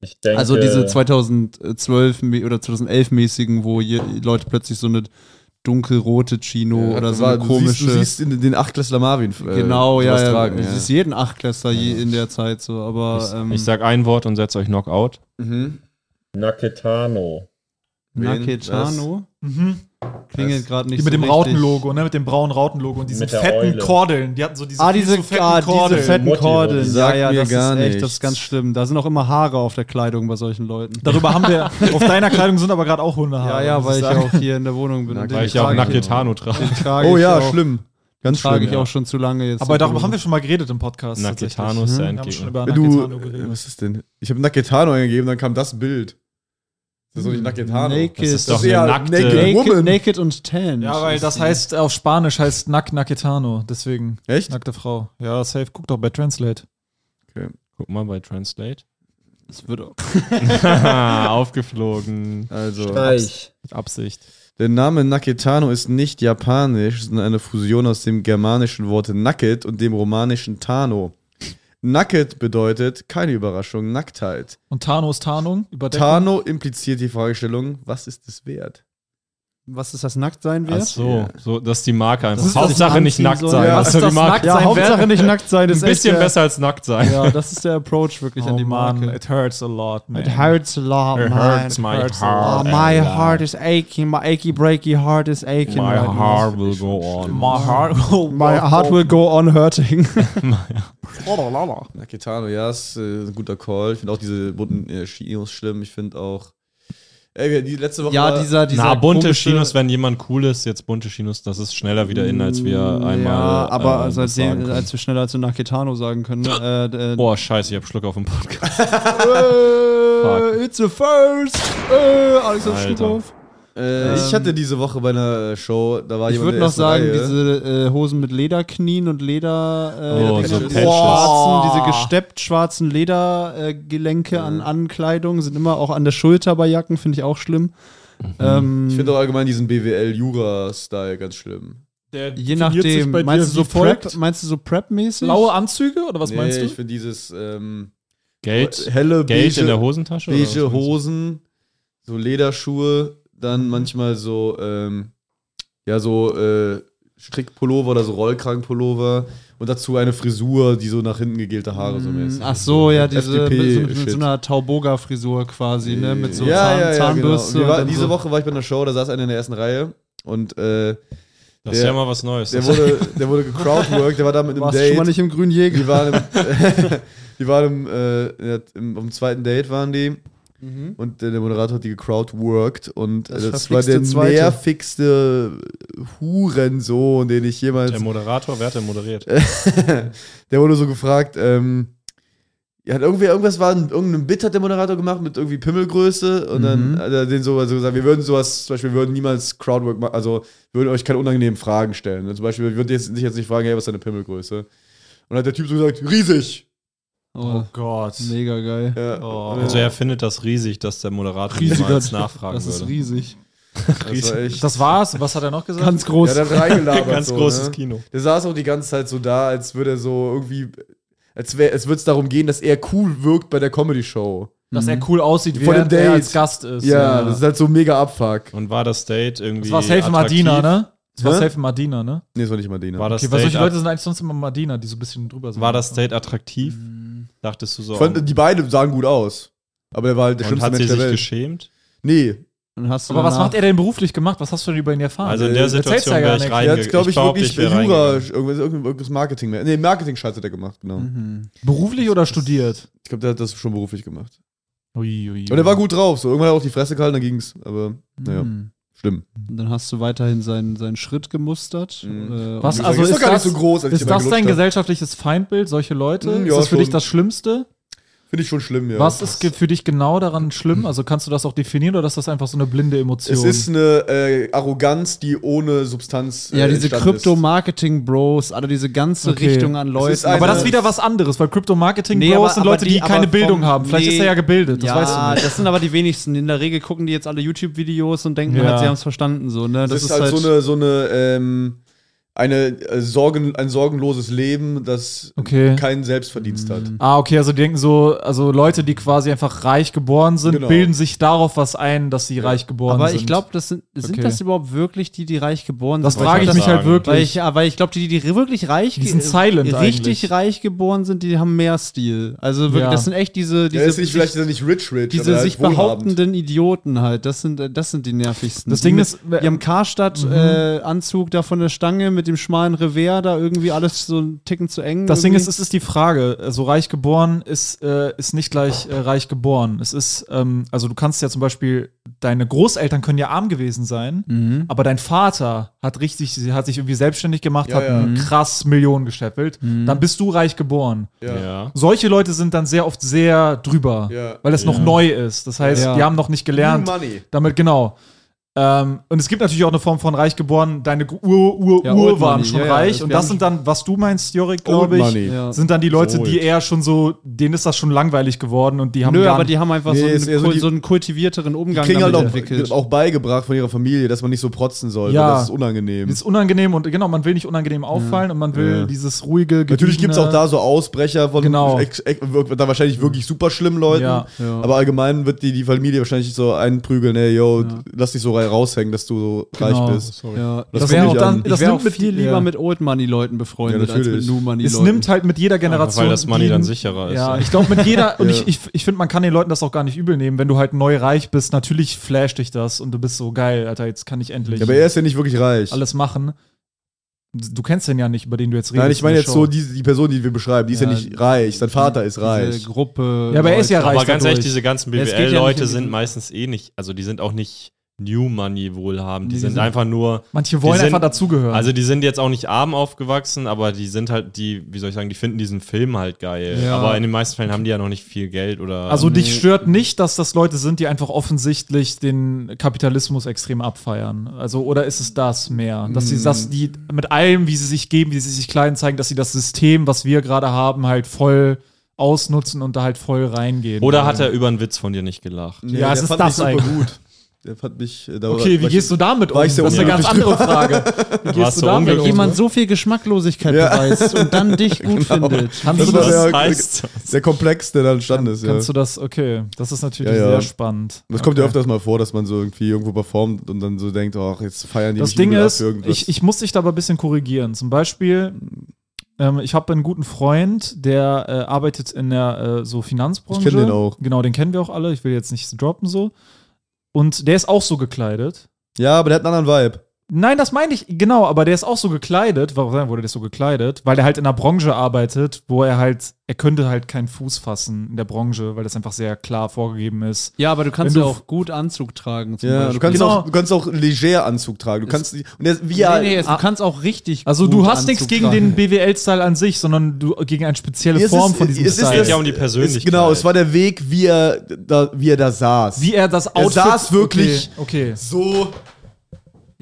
Ich denke,
Also diese 2012 mä- oder 2011 mäßigen, wo je, Leute plötzlich so eine dunkelrote Chino
Ja,
oder
das
so
war-
eine
du
komische.
Siehst, du siehst in den Achtklässler Marvin. äh,
genau, ja,
sowas
ja.
Tragen,
es
ja.
ist jeden Achtklässler je in der Zeit so, aber
Ich,
ähm,
ich sag ein Wort und setz euch Knockout.
Mhm.
Naketano.
Naketano
Mhm.
klingelt gerade nicht
Die mit
so
dem
richtig.
Rautenlogo, ne? Mit dem braunen Rautenlogo und diesen
Mit der
fetten
Eule.
Kordeln. Die hatten so diese
Ah,
viel
diese,
zu fetten
ah,
Kordeln.
diese fetten
Motti,
Kordeln.
Sagt
ja, ja,
mir
das
gar
ist echt, das
nichts.
ist ganz schlimm. Da sind auch immer Haare auf der Kleidung bei solchen Leuten.
Darüber haben wir, auf deiner Kleidung sind aber gerade auch Hundehaare.
ja, ja,
muss
weil ich ja
sagen.
auch hier in der Wohnung bin.
Na,
und
weil
den
Ich ja auch
trage ich-
Naketano trage.
den trage
Oh
ich
ja,
auch-
schlimm. Ganz schlimm.
Trage ich
ja.
auch schon zu lange jetzt.
Aber darüber haben wir schon mal geredet im Podcast.
Naketano
tatsächlich. Hm?
ist der
Wir haben schon über
Endgegner.
Wenn du,
Naketano
äh,
geredet.
was ist denn? Ich habe Naketano eingegeben, dann kam das Bild. Das ist
Hm,
doch nicht Naketano. Äh,
Naked.
Das ist doch
ist eher
eine nackte.
naked.
naked,
Woman.
naked und tan.
Ja, weil das heißt, auf Spanisch heißt Nack Naketano. Deswegen.
Echt?
Nackte Frau. Ja, safe. Guck doch bei Translate.
Guck mal bei Translate.
Das wird auch.
Aufgeflogen.
Also,
Reich.
Mit Absicht.
der Name Naketano ist nicht japanisch, sondern eine Fusion aus dem germanischen Wort Nacket und dem romanischen Tano. Nacket bedeutet, keine Überraschung, Nacktheit.
Und Tano ist Tarnung. Überdeckung.
Tano impliziert die Fragestellung, was ist es wert?
Was ist das Nacktsein
Ach
wert?
so, so, das ist die Marke einfach.
ist das
Hauptsache nicht
Anziehen
nackt
soll.
sein.
Ja,
Das
was
ist
ist
doch
das
die Marke.
Nacktsein
Ja, Hauptsache nicht nackt sein
Ein
ist echt
bisschen
der,
besser als nackt sein.
Ja, das ist der Approach wirklich an die Marke.
it hurts a lot, man.
hurts a lot,
It hurts my heart. a lot.
is aching. My achy breaky heart Oh, is aching.
My
right now.
heart will go on.
My heart.
My heart will go on hurting.
Naketano, ja, ist äh, ein guter Call. Ich finde auch diese bunten äh, Chinos schlimm. Ich finde auch. Ey, wir- die letzte Woche. war-
Na, Ah, bunte
komische-
Chinos, wenn jemand cool ist, jetzt bunte Chinos, das ist schneller wieder in, als wir einmal.
Ja, aber also
äh, das sagen
seitdem,
können.
als wir schneller zu Naketano sagen können. Äh, d- äh,
Boah, scheiße, ich hab Schluck auf dem Podcast.
Äh, it's a first. Äh, alles auf
Alter.
Stuhlhof.
Äh, ich
Ähm,
hatte diese Woche bei einer äh, Show, da war
Ich
jemand
würde
der
noch
ersten
sagen,
Reihe.
diese äh, Hosen mit Lederknien und Leder. Äh,
Oh, so
diese
Patches.
schwarzen, diese gesteppt schwarzen Ledergelenke äh, Gelenke an Ankleidung sind immer auch an der Schulter bei Jacken, finde ich auch schlimm. Ähm,
Ich finde auch allgemein diesen BWL-Jura-Style ganz schlimm.
je nachdem, meinst du, so Prep, meinst du so Prep-mäßig?
Blaue Anzüge oder was meinst
Ich
du?
finde dieses ähm,
Geld,
helle
Geld in der
beige,
Hosentasche? oder was
beige
meinst du?
Hosen, so Lederschuhe, dann manchmal so, ähm, ja, so äh, Strickpullover oder so Rollkragenpullover und dazu eine Frisur, die so nach hinten gegelte Haare so mäßig.
Ach so, ja, diese
FDP
mit, so, mit so
Shit.
einer Tauboga-Frisur quasi, ne? Mit so
ja,
Zahn,
ja, ja,
Zahnbürste.
Genau. Und wir
und
war,
dann
diese
so.
Woche war ich bei einer Show, da saß einer in der ersten Reihe und äh,
Das ist
Der-
ja mal was Neues.
der
Das-
wurde, der wurde gecrowdworked, der war da mit einem
warst du
Date.
schon mal nicht im grünen
Die
Jäger.
waren im, die waren im, äh, ja, im, am zweiten Date waren die. Und äh, der Moderator hat die gecrowdworked und
Mhm. Das
das, äh, das war der
verflixte Zweite.
nervigste Hurensohn, den ich jemals.
der Moderator, wer hat denn moderiert?
Äh. der wurde so gefragt, ähm, ja, hat irgendwie, irgendwas war, ein- irgendein Bit hat der Moderator gemacht mit irgendwie Pimmelgröße und dann
Mhm.
hat er den so also gesagt, wir würden sowas, zum Beispiel, wir würden niemals Crowdwork machen, also wir würden euch keine unangenehmen Fragen stellen. Und Zum Beispiel, wir würden jetzt, dich jetzt nicht fragen, hey, was ist deine Pimmelgröße? Und hat der Typ so gesagt, riesig.
Oh,
Gott.
mega geil.
Ja.
Oh.
Also er findet das riesig, dass der Moderator
Riesiger-
niemals nachfragen
Das ist
würde.
riesig.
Das war echt.
Das war's. Was hat er noch gesagt?
Ganz
ja,
groß.
der hat reingelabert.
Ganz
so,
großes
ne?
Kino.
Der saß auch die ganze Zeit so da, als würde er so irgendwie. Als, wär- als würde es darum gehen, dass er cool wirkt bei der Comedy-Show.
dass er cool aussieht,
Mhm. Vor dem
während er
Date.
als Gast ist.
Ja, das ist halt so mega Abfuck.
Und war das Date irgendwie.
Das war safe in
attraktiv?
Madina, ne? Das war
Hä?
safe in Madina, ne?
Nee, das war nicht Madina.
War das,
Okay, weil solche
Date,
Leute sind eigentlich sonst immer Madina, die so ein bisschen drüber sind.
war das Date attraktiv?
Hm.
Dachtest du so? oh,
ich Mhm. fand, die beiden sahen gut aus. Aber der war halt der
und
schlimmste
hat sie
Mensch der
sich
Welt.
geschämt?
Nee.
Und hast du
Aber was
danach-
macht er denn beruflich gemacht? Was hast du denn über ihn erfahren?
Also in der
Äh,
erzähl's
Situation
Ah, ja gar
wäre ich
nicht.
Der
reingegangen.
hat, glaube ich,
behaupte,
wirklich
wär
Jura,
reingegangen.
irgendwas, irgendwas Marketing mehr. Nee, Marketing-Scheiß hat er gemacht, genau.
Mhm.
beruflich oder studiert?
Ich glaube, der hat das schon beruflich gemacht.
Uiuiui.
Und er war gut drauf, so. Irgendwann hat er auch die Fresse gehalten, dann ging's. Aber, naja,
Mhm.
schlimm.
Und dann hast du weiterhin seinen, seinen Schritt gemustert.
Mhm.
Äh,
Was
und-
also ist
doch gar
das-
nicht so groß, als ich
Ist
immer
das
gelutscht
dein
hab.
gesellschaftliches Feindbild, solche Leute?
Hm,
ist
ja,
das für dich
schon.
das Schlimmste?
Finde ich schon schlimm, ja. Hm.
Was ist ge- für dich genau daran schlimm? Also kannst du das auch definieren oder ist das einfach so eine blinde Emotion?
Es ist eine äh, Arroganz, die ohne Substanz. äh,
Ja, diese
entstanden ist.
Krypto-Marketing-Bros, alle diese ganze
Okay.
Richtung an Leuten.
eine-
aber das ist wieder was anderes, weil Crypto-Marketing
Nee,
Bros
aber-
sind
aber
Leute, die,
die-
keine
aber vom-
Bildung haben. Vielleicht
nee.
ist er ja gebildet, das weißt du nicht.
das sind aber die wenigsten. In der Regel gucken die jetzt alle YouTube-Videos und denken
Ja.
halt, sie haben es verstanden. So, ne?
Das, ist, halt, so eine, so eine, ähm, eine äh, Sorgen, ein sorgenloses Leben, das
Okay.
keinen Selbstverdienst hat.
Ah, okay, also die denken so, also Leute, die quasi einfach reich geboren sind,
Genau.
bilden sich darauf was ein, dass sie reich geboren
aber
sind.
ich glaube, das sind, sind
Okay.
das überhaupt wirklich die, die reich geboren
das
sind?
frage ich
wollte
mich
gerade
halt
sagen,
Weil
wirklich.
ich, aber ich glaube, die, die wirklich reich
Die sind
ge-
silent
richtig
eigentlich.
reich geboren sind, die haben mehr Stil. Also wirklich,
Ja.
das sind echt diese,
Ja,
diese
ist nicht,
sich-
vielleicht ist er nicht rich, rich.
Diese
aber
sich
halt wohlhabend.
behauptenden Idioten halt, das sind, äh, das sind die nervigsten.
Das
Die
Ding
mit
ist, äh,
ihrem Karstadt-Anzug da von der Stange mit dem schmalen Revers da irgendwie alles so einen Ticken zu eng.
Das Ding
irgendwie.
ist, es ist die Frage. Also reich geboren ist, äh, ist nicht gleich äh, reich geboren. Es ist, ähm, also du kannst ja zum Beispiel, deine Großeltern können ja arm gewesen sein, aber dein Vater hat richtig, sie hat sich irgendwie selbstständig gemacht,
Ja,
hat
ja.
ein krass Millionen gescheffelt. Dann bist du reich geboren.
Ja.
Ja.
Solche Leute sind dann sehr oft sehr drüber,
Ja.
weil das noch neu ist. Das heißt,
Ja.
die haben noch nicht gelernt.
New money.
Damit, genau. Ähm, und es gibt natürlich auch eine Form von reich geboren, deine Ur, Ur,
Ja,
Ur
Old
waren
Money,
schon
ja, ja,
reich.
das
und
wären-
das sind dann, was du meinst, Jorik,
Old
glaube ich,
Money.
Ja.
sind dann die Leute,
Old.
die eher schon so, denen ist das schon langweilig geworden und die haben
Nö,
gar
aber
nicht-
die haben einfach
Nee,
so, einen,
ist eher so
kul-
die-
so einen kultivierteren Umgang
Kriegen
damit
halt auch,
entwickelt.
auch beigebracht von ihrer Familie, dass man nicht so protzen soll.
Ja.
weil Das ist unangenehm.
ist unangenehm und genau, man will nicht unangenehm auffallen und man will
Ja.
dieses ruhige
Natürlich
gediegene-
gibt es auch da so Ausbrecher von
Genau.
ex, ex, wirk- da wahrscheinlich wirklich super schlimmen Leuten.
Ja,
ja.
Aber allgemein wird die, die Familie wahrscheinlich so einprügeln, ey, yo, lass dich so rei- raushängen, dass du so
Genau.
reich bist.
ja,
Das
das
wär
wäre
auch
auch
dann-
dann,
das
ich wär
nimmt
auch
mit-
viel lieber
ja.
mit Old Money Leuten befreundet
Ja,
als mit
natürlich.
New Money
es
Leuten.
nimmt halt mit jeder Generation.
Weil das Money
die-
dann sicherer ist.
Ja, ich glaube, mit jeder, und ich, ich, ich finde, man kann den Leuten das auch gar nicht übel nehmen, wenn du halt neu reich bist, natürlich flasht dich das und du bist so geil, Alter, jetzt kann ich endlich
Ja, aber er ist ja nicht wirklich reich.
alles machen. Du kennst den ja nicht, über den du jetzt redest.
Nein, ich meine
in der
jetzt
Show.
so die, die Person, die wir beschreiben, die ist ja,
Ja,
nicht reich. Sein Vater ist
Diese
reich.
Gruppe.
Ja, aber er ist ja
Leute.
reich
Aber ganz
dadurch.
ehrlich, diese ganzen
Ja, es geht ja nicht um
BWL-Leute
die-
sind meistens eh nicht, also die sind auch nicht New Money wohlhabend. Die
Nee, die
sind
sind-
einfach nur,
Manche wollen
die sind-
einfach dazugehören.
also die sind jetzt auch nicht arm aufgewachsen, aber die sind halt, die, wie soll ich sagen, die finden diesen Film halt geil.
Ja.
Aber in den meisten Fällen haben die ja noch nicht viel Geld oder.
also dich stört nicht, dass das Leute sind, die einfach offensichtlich den Kapitalismus extrem abfeiern. Also, oder ist es das mehr? Dass sie dass die mit allem, wie sie sich geben, wie sie sich klein zeigen, dass sie das System, was wir gerade haben, halt voll ausnutzen und da halt voll reingehen.
oder hat er über einen Witz von dir nicht gelacht?
Nee,
Ja,
der
es ist
fand
das
mich super
eigentlich.
gut. Der fand mich äh, da
Okay, wie gehst du damit um?
war ich sehr
das ist eine ganz andere Frage. Wie
Warst du
um?
Wenn
unglücklich?
jemand so viel Geschmacklosigkeit
Ja. Genau.
beweist und dann dich gut findet.
Kannst
Das
du
war
das,
der,
Was heißt
der Komplex, der da entstanden ist. Ja.
kannst du das, okay, das ist natürlich
Ja, ja.
sehr spannend.
das kommt ja
Okay.
öfters mal vor, dass man so irgendwie irgendwo performt und dann so denkt, ach, jetzt feiern die
Das
mich
Ding
übel ab
ist,
für irgendwas.
ich, ich muss dich da aber ein bisschen korrigieren. Zum Beispiel, ähm, ich habe einen guten Freund, der äh, arbeitet in der äh, so Finanzbranche.
Ich kenn den auch.
Genau, den kennen wir auch alle. Ich will jetzt nichts droppen so. Und der ist auch so gekleidet.
ja, aber der hat einen anderen Vibe.
Nein, das meine ich, genau, aber der ist auch so gekleidet. Warum wurde der so gekleidet? Weil er halt in einer Branche arbeitet, wo er halt, er könnte halt keinen Fuß fassen in der Branche, weil das einfach sehr klar vorgegeben ist.
Ja, aber du kannst
Wenn
ja
du-
auch gut Anzug tragen. Zum
Ja,
Beispiel.
du kannst,
Genau.
auch, du kannst auch leger Anzug tragen. Du kannst die- und der ist, wie
nee, nee, es-
ah.
du kannst auch richtig.
Also
gut
du hast
Anzug
nichts gegen den
tragen.
BWL-Style an sich, sondern du gegen eine spezielle
es ist-
Form von diesem
es ist-
Style.
Geht ja um die
es,
Persönlichkeit.
genau, es war der Weg, wie er da, wie er da saß.
Wie er das
Er
Outfit...
saß wirklich-
Okay. okay.
so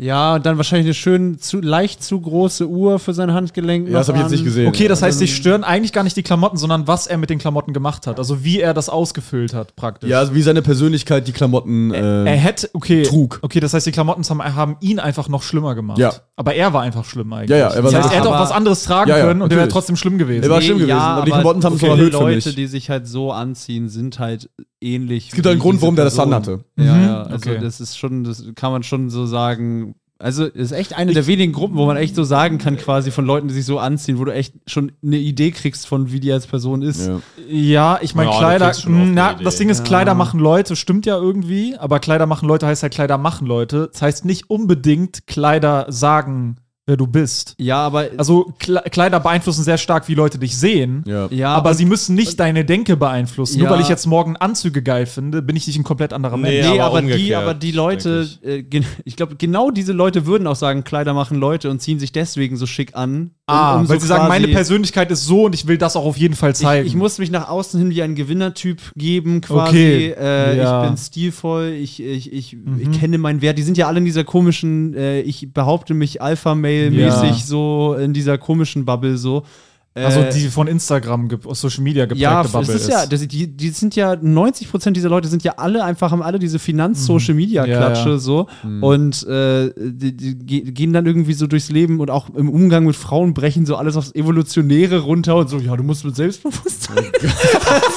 Ja, und dann wahrscheinlich eine schön zu, leicht zu große Uhr für sein Handgelenk.
Ja, das
noch
habe ich jetzt nicht
an.
gesehen.
Okay, das heißt,
dann-
Ähm.
dich stören eigentlich gar nicht die Klamotten, sondern was er mit den Klamotten gemacht hat. Also wie er das ausgefüllt hat praktisch.
Ja, also wie seine Persönlichkeit die Klamotten. Äh,
Er hätte, okay.
Trug.
Okay, das heißt, die Klamotten haben, haben ihn einfach noch schlimmer gemacht.
Ja.
Aber er war einfach schlimm eigentlich.
Ja, ja, er war
das heißt, er hätte auch
aber-
was anderes tragen
Ja, ja,
können und er wäre
natürlich.
trotzdem schlimm gewesen.
Er war schlimm gewesen, aber die Klamotten haben es noch
viele
erhöht für
Leute,
mich.
die sich halt so anziehen, sind halt ähnlich.
es gibt einen Grund, warum der das dann hatte.
Ja,
Mhm,
ja, also
okay.
das ist schon, das kann man schon so sagen. Also ist echt eine der wenigen Gruppen, wo man echt so sagen kann, quasi von Leuten, die sich so anziehen, wo du echt schon eine Idee kriegst von, wie die als Person ist.
Ja.
Ja, ich meine,
Ja, du
Kleider.
kriegst schon oft
mh,
eine
Na,
Idee.
das Ding ist, Kleider machen Leute, stimmt ja irgendwie, aber Kleider machen Leute heißt halt Kleider machen Leute. Das heißt nicht unbedingt Kleider sagen, wer du bist.
Ja, aber
Also Kle- Kleider beeinflussen sehr stark, wie Leute dich sehen.
Ja.
ja,
aber sie müssen nicht deine Denke beeinflussen. Nur
Ja.
weil ich jetzt morgen Anzüge geil finde, bin ich nicht ein komplett anderer
Nee,
Mensch.
Nee,
aber
aber, die,
umgekehrt,
aber die Leute,
denk
äh, gen- ich glaube, genau diese Leute würden auch sagen, Kleider machen Leute und ziehen sich deswegen so schick an,
Ah,
um so
weil sie sagen, meine
quasi-
Persönlichkeit ist so und ich will das auch auf jeden Fall zeigen.
Ich, ich muss mich nach außen hin wie ein Gewinnertyp geben, quasi.
Okay.
Äh,
Ja.
Ich bin stilvoll, ich, ich, ich,
Mhm.
ich kenne meinen Wert. Die sind ja alle in dieser komischen, äh, ich behaupte mich Alpha-Mail-mäßig
Ja.
so in dieser komischen Bubble so. Äh,
also die von Instagram, ge- aus Social Media geprägte
ja,
Bubble
das ist ja, das, die, die sind ja 90 Prozent dieser Leute sind ja alle einfach haben alle diese Mhm. Finanz-Social-Media-Klatsche
Ja, ja.
so und äh, die, die ge- gehen dann irgendwie so durchs Leben und auch im Umgang mit Frauen brechen so alles aufs Evolutionäre runter und so ja du musst mit Selbstbewusstsein Das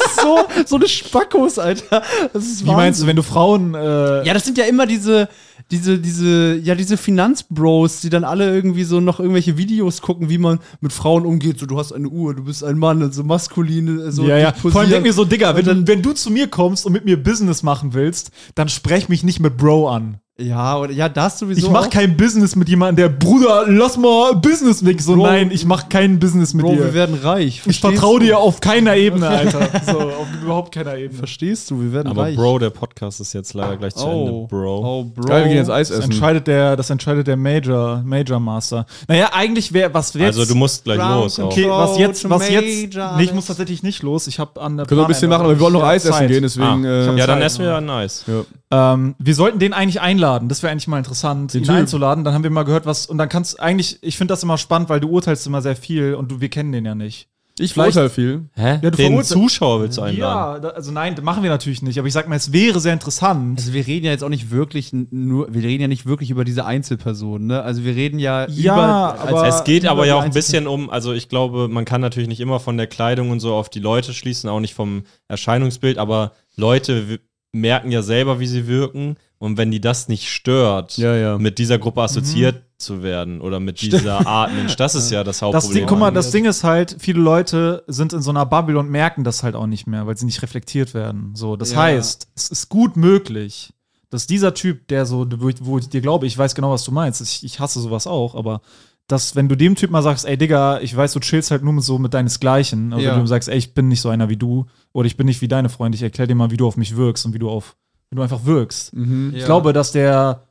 ist so so eine Spackos Alter das ist
Wie meinst du, wenn du Frauen äh,
ja, das sind ja immer diese, diese, diese, ja, diese Finanzbros, die dann alle irgendwie so noch irgendwelche Videos gucken, wie man mit Frauen umgeht. So, du hast eine Uhr, du bist ein Mann, also maskuline, so.
ja, ja.
die
Vor allem denk
posieren.
mir so, Digga, wenn,
Und dann-
du- wenn du zu mir kommst und mit mir Business machen willst, dann sprech mich nicht mit Bro an.
Ja, oder, ja, das sowieso.
Ich mach
auch.
kein Business mit jemandem, der Bruder, lass mal Business weg. So,
Bro,
nein, ich mach kein Business mit
Bro, wir
dir.
werden reich.
Ich
verstehst
vertraue
du?
dir auf keiner Ebene, Alter. So, auf überhaupt keiner Ebene.
Verstehst du, wir werden
Aber
reich.
Bro, der Podcast ist jetzt leider gleich zu Ende, Bro.
Oh, Bro.
Geil, wir gehen jetzt Eis
Das
essen.
entscheidet der, das entscheidet der Major, Major Master. Naja, eigentlich wäre, was wäre
Also du musst gleich
Round
los. auch.
Okay, was jetzt, was
Major
jetzt, nee, ich
alles.
muss tatsächlich nicht los. Ich habe an der
Können wir ein bisschen machen, aber wir wollen noch Eis essen gehen,
Ah,
deswegen. äh,
ja, dann essen wir ein Eis.
Ähm, wir sollten den eigentlich einladen. Das wäre eigentlich mal interessant, ihn
Typ.
einzuladen. Dann haben wir mal gehört, was. Und dann kannst eigentlich, ich finde das immer spannend, weil du urteilst immer sehr viel und du, wir kennen den ja nicht.
ich urteile viel.
Hä?
Ja, du
Den
verurteilst-
Zuschauer willst du einladen.
Ja, da, also nein, das machen wir natürlich nicht. Aber ich sag mal, es wäre sehr interessant.
Also wir reden ja jetzt auch nicht wirklich n- nur, wir reden ja nicht wirklich über diese Einzelperson, ne? Also wir reden ja,
Ja,
über.
aber-
es geht
über
aber
die
ja auch ein
einzelnen-
bisschen um, also ich glaube, man kann natürlich nicht immer von der Kleidung und so auf die Leute schließen, auch nicht vom Erscheinungsbild, aber Leute w- merken ja selber, wie sie wirken und wenn die das nicht stört,
Ja, ja.
mit dieser Gruppe assoziiert zu werden oder mit dieser Art Mensch, das ist ja
Mhm.
das
Das
Hauptproblem.
Ding, guck mal, das Ding ist halt, viele Leute sind in so einer Bubble und merken das halt auch nicht mehr, weil sie nicht reflektiert werden. So, das
Ja.
heißt, es ist gut möglich, dass dieser Typ, der so, wo ich, wo ich dir glaube, ich weiß genau, was du meinst, ich, ich hasse sowas auch, aber dass, wenn du dem Typ mal sagst, ey Digga, ich weiß, du chillst halt nur mit so mit deinesgleichen, oder
Ja.
wenn du ihm sagst, ey, ich bin nicht so einer wie du, oder ich bin nicht wie deine Freunde, ich erkläre dir mal, wie du auf mich wirkst und wie du auf, wie du einfach wirkst.
Mhm.
Ich glaube, dass der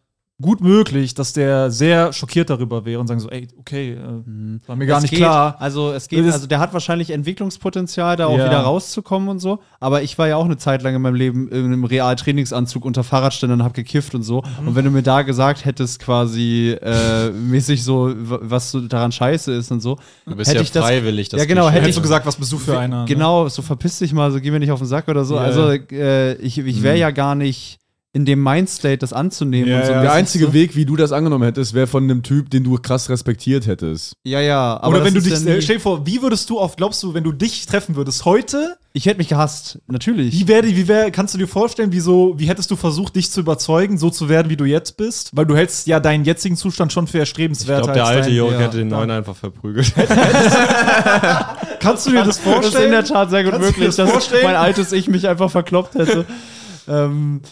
gut möglich, dass der sehr schockiert darüber wäre und sagen so, ey, okay, äh, war mir gar
Es
nicht
geht,
klar.
Also es geht,
Das-
also der hat wahrscheinlich Entwicklungspotenzial, da auch
Ja.
wieder rauszukommen und so. Aber ich war ja auch eine Zeit lang in meinem Leben in einem Real-Trainingsanzug unter Fahrradständern und hab gekifft und so. Und wenn du mir da gesagt hättest, quasi äh, mäßig so, w- was so daran scheiße ist und so,
Du bist
hätte
ja
ich das-
freiwillig.
Ja, genau,
Klischee.
hätte ich
Hättest du gesagt, was bist du für einer? ne?
Genau, so verpiss dich mal, so geh mir nicht auf den Sack oder so.
Ja,
also äh, ich, ich
Mhm.
wäre ja gar nicht in dem Mindstate, das anzunehmen
Ja,
und so.
ja.
Der
Das ist
einzige
so-
Weg, wie du das angenommen hättest, wäre von einem Typ, den du krass respektiert hättest.
Ja, ja. aber
Oder
das
wenn du
ist
dich,
ja nie-
äh, stell dir vor, wie würdest du oft, glaubst du, wenn du dich treffen würdest heute,
ich hätte mich gehasst, natürlich.
wie wäre, wie wäre, kannst du dir vorstellen, wie so, wie hättest du versucht, dich zu überzeugen, so zu werden, wie du jetzt bist? Weil du hältst ja deinen jetzigen Zustand schon für
ich
erstrebenswert.
glaube, der
als
alte
dein-
Jörg
Ja.
hätte den neuen einfach verprügelt.
Kannst du dir das vorstellen?
Das ist in der Tat sehr gut
Kannst du dir
möglich,
das
dass
vorstellen?
mein altes Ich mich einfach verkloppt hätte. ähm,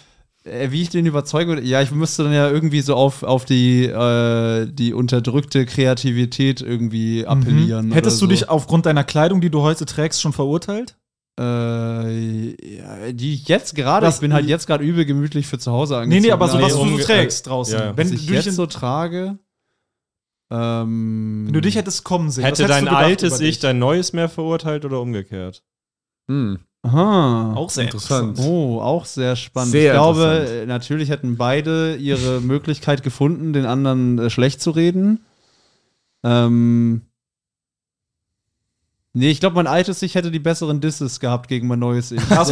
äh, wie ich den überzeugen würde? Ja, ich müsste dann ja irgendwie so auf, auf die, äh, die unterdrückte Kreativität irgendwie appellieren.
Mhm.
oder
Hättest du
so.
dich aufgrund deiner Kleidung, die du heute trägst, schon verurteilt?
Äh, ja, die ich jetzt gerade.
Das-
Ich bin halt jetzt gerade übel gemütlich für zu Hause
Nee,
angezogen.
nee, aber so,
Nee,
was du
umge-
so trägst draußen.
Ja, ja.
Wenn,
wenn
du
ich
dich
jetzt
in,
so trage. Ähm,
wenn du dich hättest kommen sehen, was
hätte
hättest
dein
du gedacht
altes
über dich?
Ich dein neues mehr verurteilt oder umgekehrt?
Hm.
Aha.
auch sehr
Interessant.
Oh, auch sehr spannend.
Sehr
ich glaube,
interessant.
äh, natürlich hätten beide ihre Möglichkeit gefunden, den anderen äh, schlecht zu reden. Ähm. Nee, ich glaube, mein altes Ich hätte die besseren Disses gehabt gegen mein neues Ich.
Ja,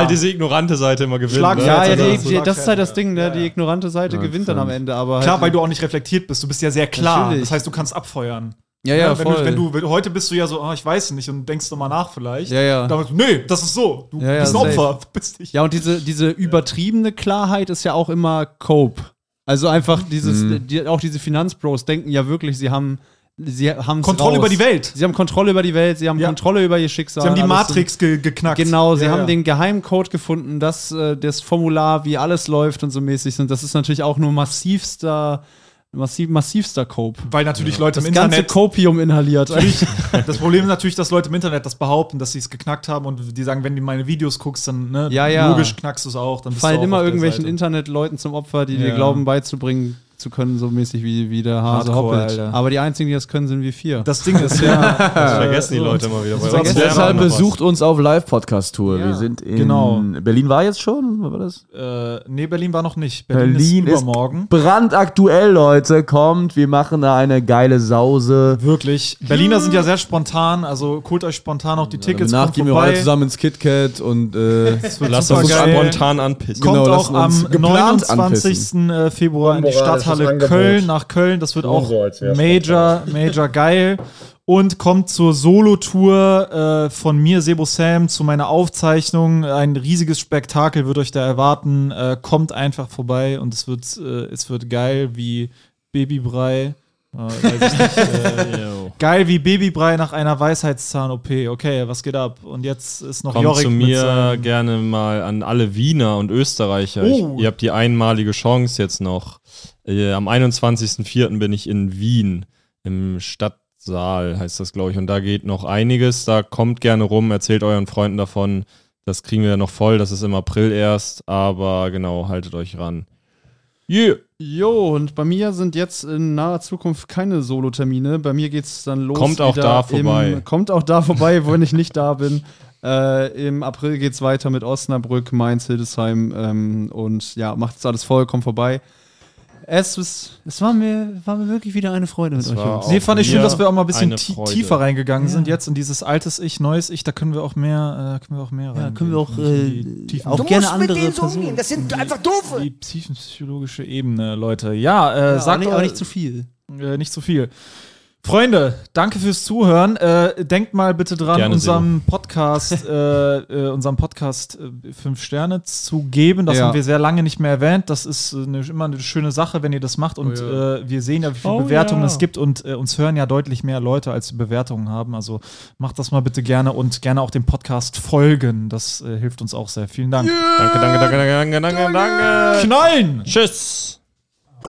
Weil diese ignorante Seite immer gewinnt.
Schlag-
ne?
ja, ja, die,
Also,
die, das ist halt das Ding, ne?
Ja, ja.
Die ignorante Seite
Ja,
gewinnt dann
klar.
am Ende, aber.
Klar,
halt,
weil du auch nicht reflektiert bist. Du bist ja sehr klar.
Natürlich.
Das heißt, du kannst abfeuern.
Ja, ja,
ne, wenn,
voll.
Du, wenn du wenn- heute bist du ja so, ah, ich weiß nicht und denkst nochmal nach vielleicht.
Ja, ja.
Damit, nee, das ist so. Du
Ja, ja,
bist ein
safe.
Opfer. Du Bist nicht.
Ja, und diese, diese übertriebene Klarheit ist ja auch immer Cope. Also einfach
Mhm.
dieses, die, auch diese Finanzbros denken ja wirklich, sie haben sie haben
Kontrolle über die Welt.
Sie haben Kontrolle über die Welt, sie haben
Ja.
Kontrolle über ihr Schicksal.
Sie haben die
alles
Matrix ge geknackt.
sind- Genau, sie
Ja,
haben
ja.
den Geheimcode gefunden, das, äh, das Formular, wie alles läuft und so mäßig sind. Das ist natürlich auch nur massivster, massiv, massivster Cope.
Weil natürlich Leute
Das
im
ganze
Internet.
Copium inhaliert.
Natürlich, das Problem ist natürlich, dass Leute im Internet das behaupten, dass sie es geknackt haben und die sagen, wenn du meine Videos guckst, dann ne,
Ja, ja.
logisch knackst du es auch. Dann bist du
fallen
auch
immer
auf der
irgendwelchen
Seite.
Internetleuten zum Opfer, die dir
Ja.
glauben beizubringen, zu können, so mäßig wie, wie der Hase
Hardcore,
hoppelt.
Alter.
Aber die einzigen, die das können, sind wir vier.
Das Ding ist,
ja.
Das vergessen die Leute immer wieder. bei uns.
vergessen-
halt
Sonst
Lernen
Deshalb
wir noch was.
besucht uns auf Live-Podcast-Tour. Wir sind in
genau.
Berlin war jetzt schon, was war das?
Äh, nee, Berlin war noch nicht.
Berlin ist
übermorgen.
brandaktuell, Leute. Kommt, wir machen da eine geile Sause.
halt Wirklich. Berliner sind ja sehr spontan, also holt euch spontan auch die Tickets.
Danach
kommt
gehen wir
vorbei.
alle zusammen ins KitKat und äh,
Lasst uns
Supergeil.
spontan anpissen.
Kommt
Genau,
auch
lassen uns
am
geplant
29. äh, Februar in die
Unmoralisches
Stadthalle
Angebot.
Köln nach Köln. Das wird
Tun
auch
so, als wär's
major, major geil. Und kommt zur Solo-Tour äh, von mir, Sebo Sam, zu meiner Aufzeichnung. Ein riesiges Spektakel wird euch da erwarten. Äh, kommt einfach vorbei und es wird, äh, es wird geil wie Babybrei. Äh, weiß ich nicht, äh, geil wie Babybrei nach einer Weisheitszahn-OP. Okay, was geht ab? Und jetzt ist noch
Kommt
Jorik
zu
mit
mir
seinem- Oh.
gerne mal an alle Wiener und Österreicher. Ich, ihr habt die einmalige Chance jetzt noch. Äh, am 21.04. bin ich in Wien im Stadtsaal, heißt das, glaube ich. Und da geht noch einiges. Da kommt gerne rum, erzählt euren Freunden davon. Das kriegen wir noch voll. Das ist im April erst. Aber genau, haltet euch ran. Yeah.
Jo, und bei mir sind jetzt in naher Zukunft keine Solo-Termine. Bei mir geht's dann los.
Kommt auch
wieder
da vorbei.
Im, kommt auch da vorbei, wenn ich nicht da bin. Äh, Im April geht's weiter mit Osnabrück, Mainz, Hildesheim ähm, und ja, macht's alles voll, kommt vorbei. Es, ist, es war, mir, war mir wirklich wieder eine Freude mit euch.
war
Jungs.
auch-
Nee, fand ich
mir
schön, dass wir auch mal ein bisschen
eine
ti-
Freude.
tiefer reingegangen sind jetzt in dieses altes Ich, neues Ich. Da können wir auch mehr, äh, können wir auch mehr rein.
Ja, können wir auch, äh,
tiefen,
auch
auch
gerne andere
umgehen. Das sind einfach doofe.
die psychologische Ebene, Leute. Ja, äh,
Ja, aber
sagt
nicht, aber
euch-
nicht zu viel.
äh, nicht zu viel. Freunde, danke fürs Zuhören. Äh, denkt mal bitte dran,
Gerne,
unserem Podcast, äh, äh, unserem Podcast äh, fünf Sterne zu geben. Das
Ja.
haben wir sehr lange nicht mehr erwähnt. Das ist äh, eine, immer eine schöne Sache, wenn ihr das macht. Und äh, wir sehen ja, wie viele Bewertungen es gibt und äh, uns hören ja deutlich mehr Leute, als Bewertungen haben. Also macht das mal bitte gerne und gerne auch dem Podcast folgen. Das äh, hilft uns auch sehr. Vielen Dank.
Danke, danke, danke, danke, danke, danke, danke.
Knallen!
Tschüss.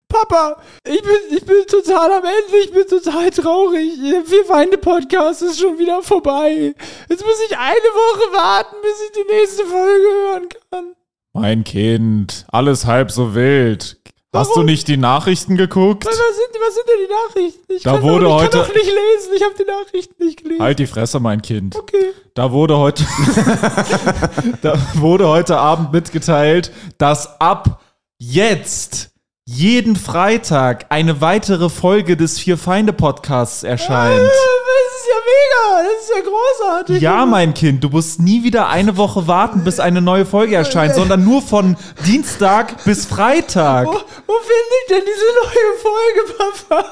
Papa, ich bin, ich bin total am Ende, ich bin total traurig. Wir weine Podcast ist schon wieder vorbei. Jetzt muss ich eine Woche warten, bis ich die nächste Folge hören kann.
Mein Kind, alles halb so wild. Hast du
Warum?
nicht die Nachrichten geguckt?
Was sind, was sind denn die Nachrichten? Ich
Da
kann
wurde
doch, ich
heute-
kann doch nicht lesen, ich habe die Nachrichten nicht gelesen.
Halt die Fresse, mein Kind.
Okay.
Da wurde heute, da wurde heute Abend mitgeteilt, dass ab jetzt jeden Freitag eine weitere Folge des Vier Feinde Podcasts erscheint.
Das ist ja mega, das ist ja großartig.
Ja, mein Kind, du musst nie wieder eine Woche warten, bis eine neue Folge erscheint, sondern nur von Dienstag bis Freitag.
Wo, wo finde ich denn diese neue Folge, Papa?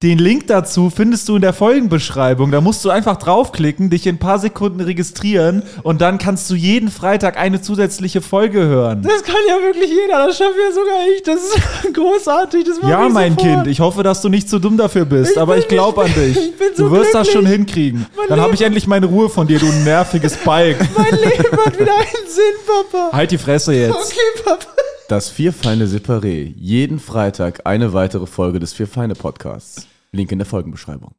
Den Link dazu findest du in der Folgenbeschreibung. Da musst du einfach draufklicken, dich in ein paar Sekunden registrieren und dann kannst du jeden Freitag eine zusätzliche Folge hören.
Das kann ja wirklich jeder, das schaffe ja sogar ich. Das ist großartig, das mache
Ja,
ich
mein
sofort.
Kind, ich hoffe, dass du nicht zu dumm dafür bist, aber
bin-
ich glaube an
ich bin-
dich.
ich bin
du
so
wirst das
glücklich.
schon hinkriegen.
Mein
Dann habe
Leben-
ich endlich meine Ruhe von dir, du nerviges Balk.
Mein Leben hat wieder einen Sinn, Papa.
halt die Fresse jetzt.
Okay, Papa.
das Vierfeine Separé. Jeden Freitag eine weitere Folge des Vierfeine Podcasts. Link in der Folgenbeschreibung.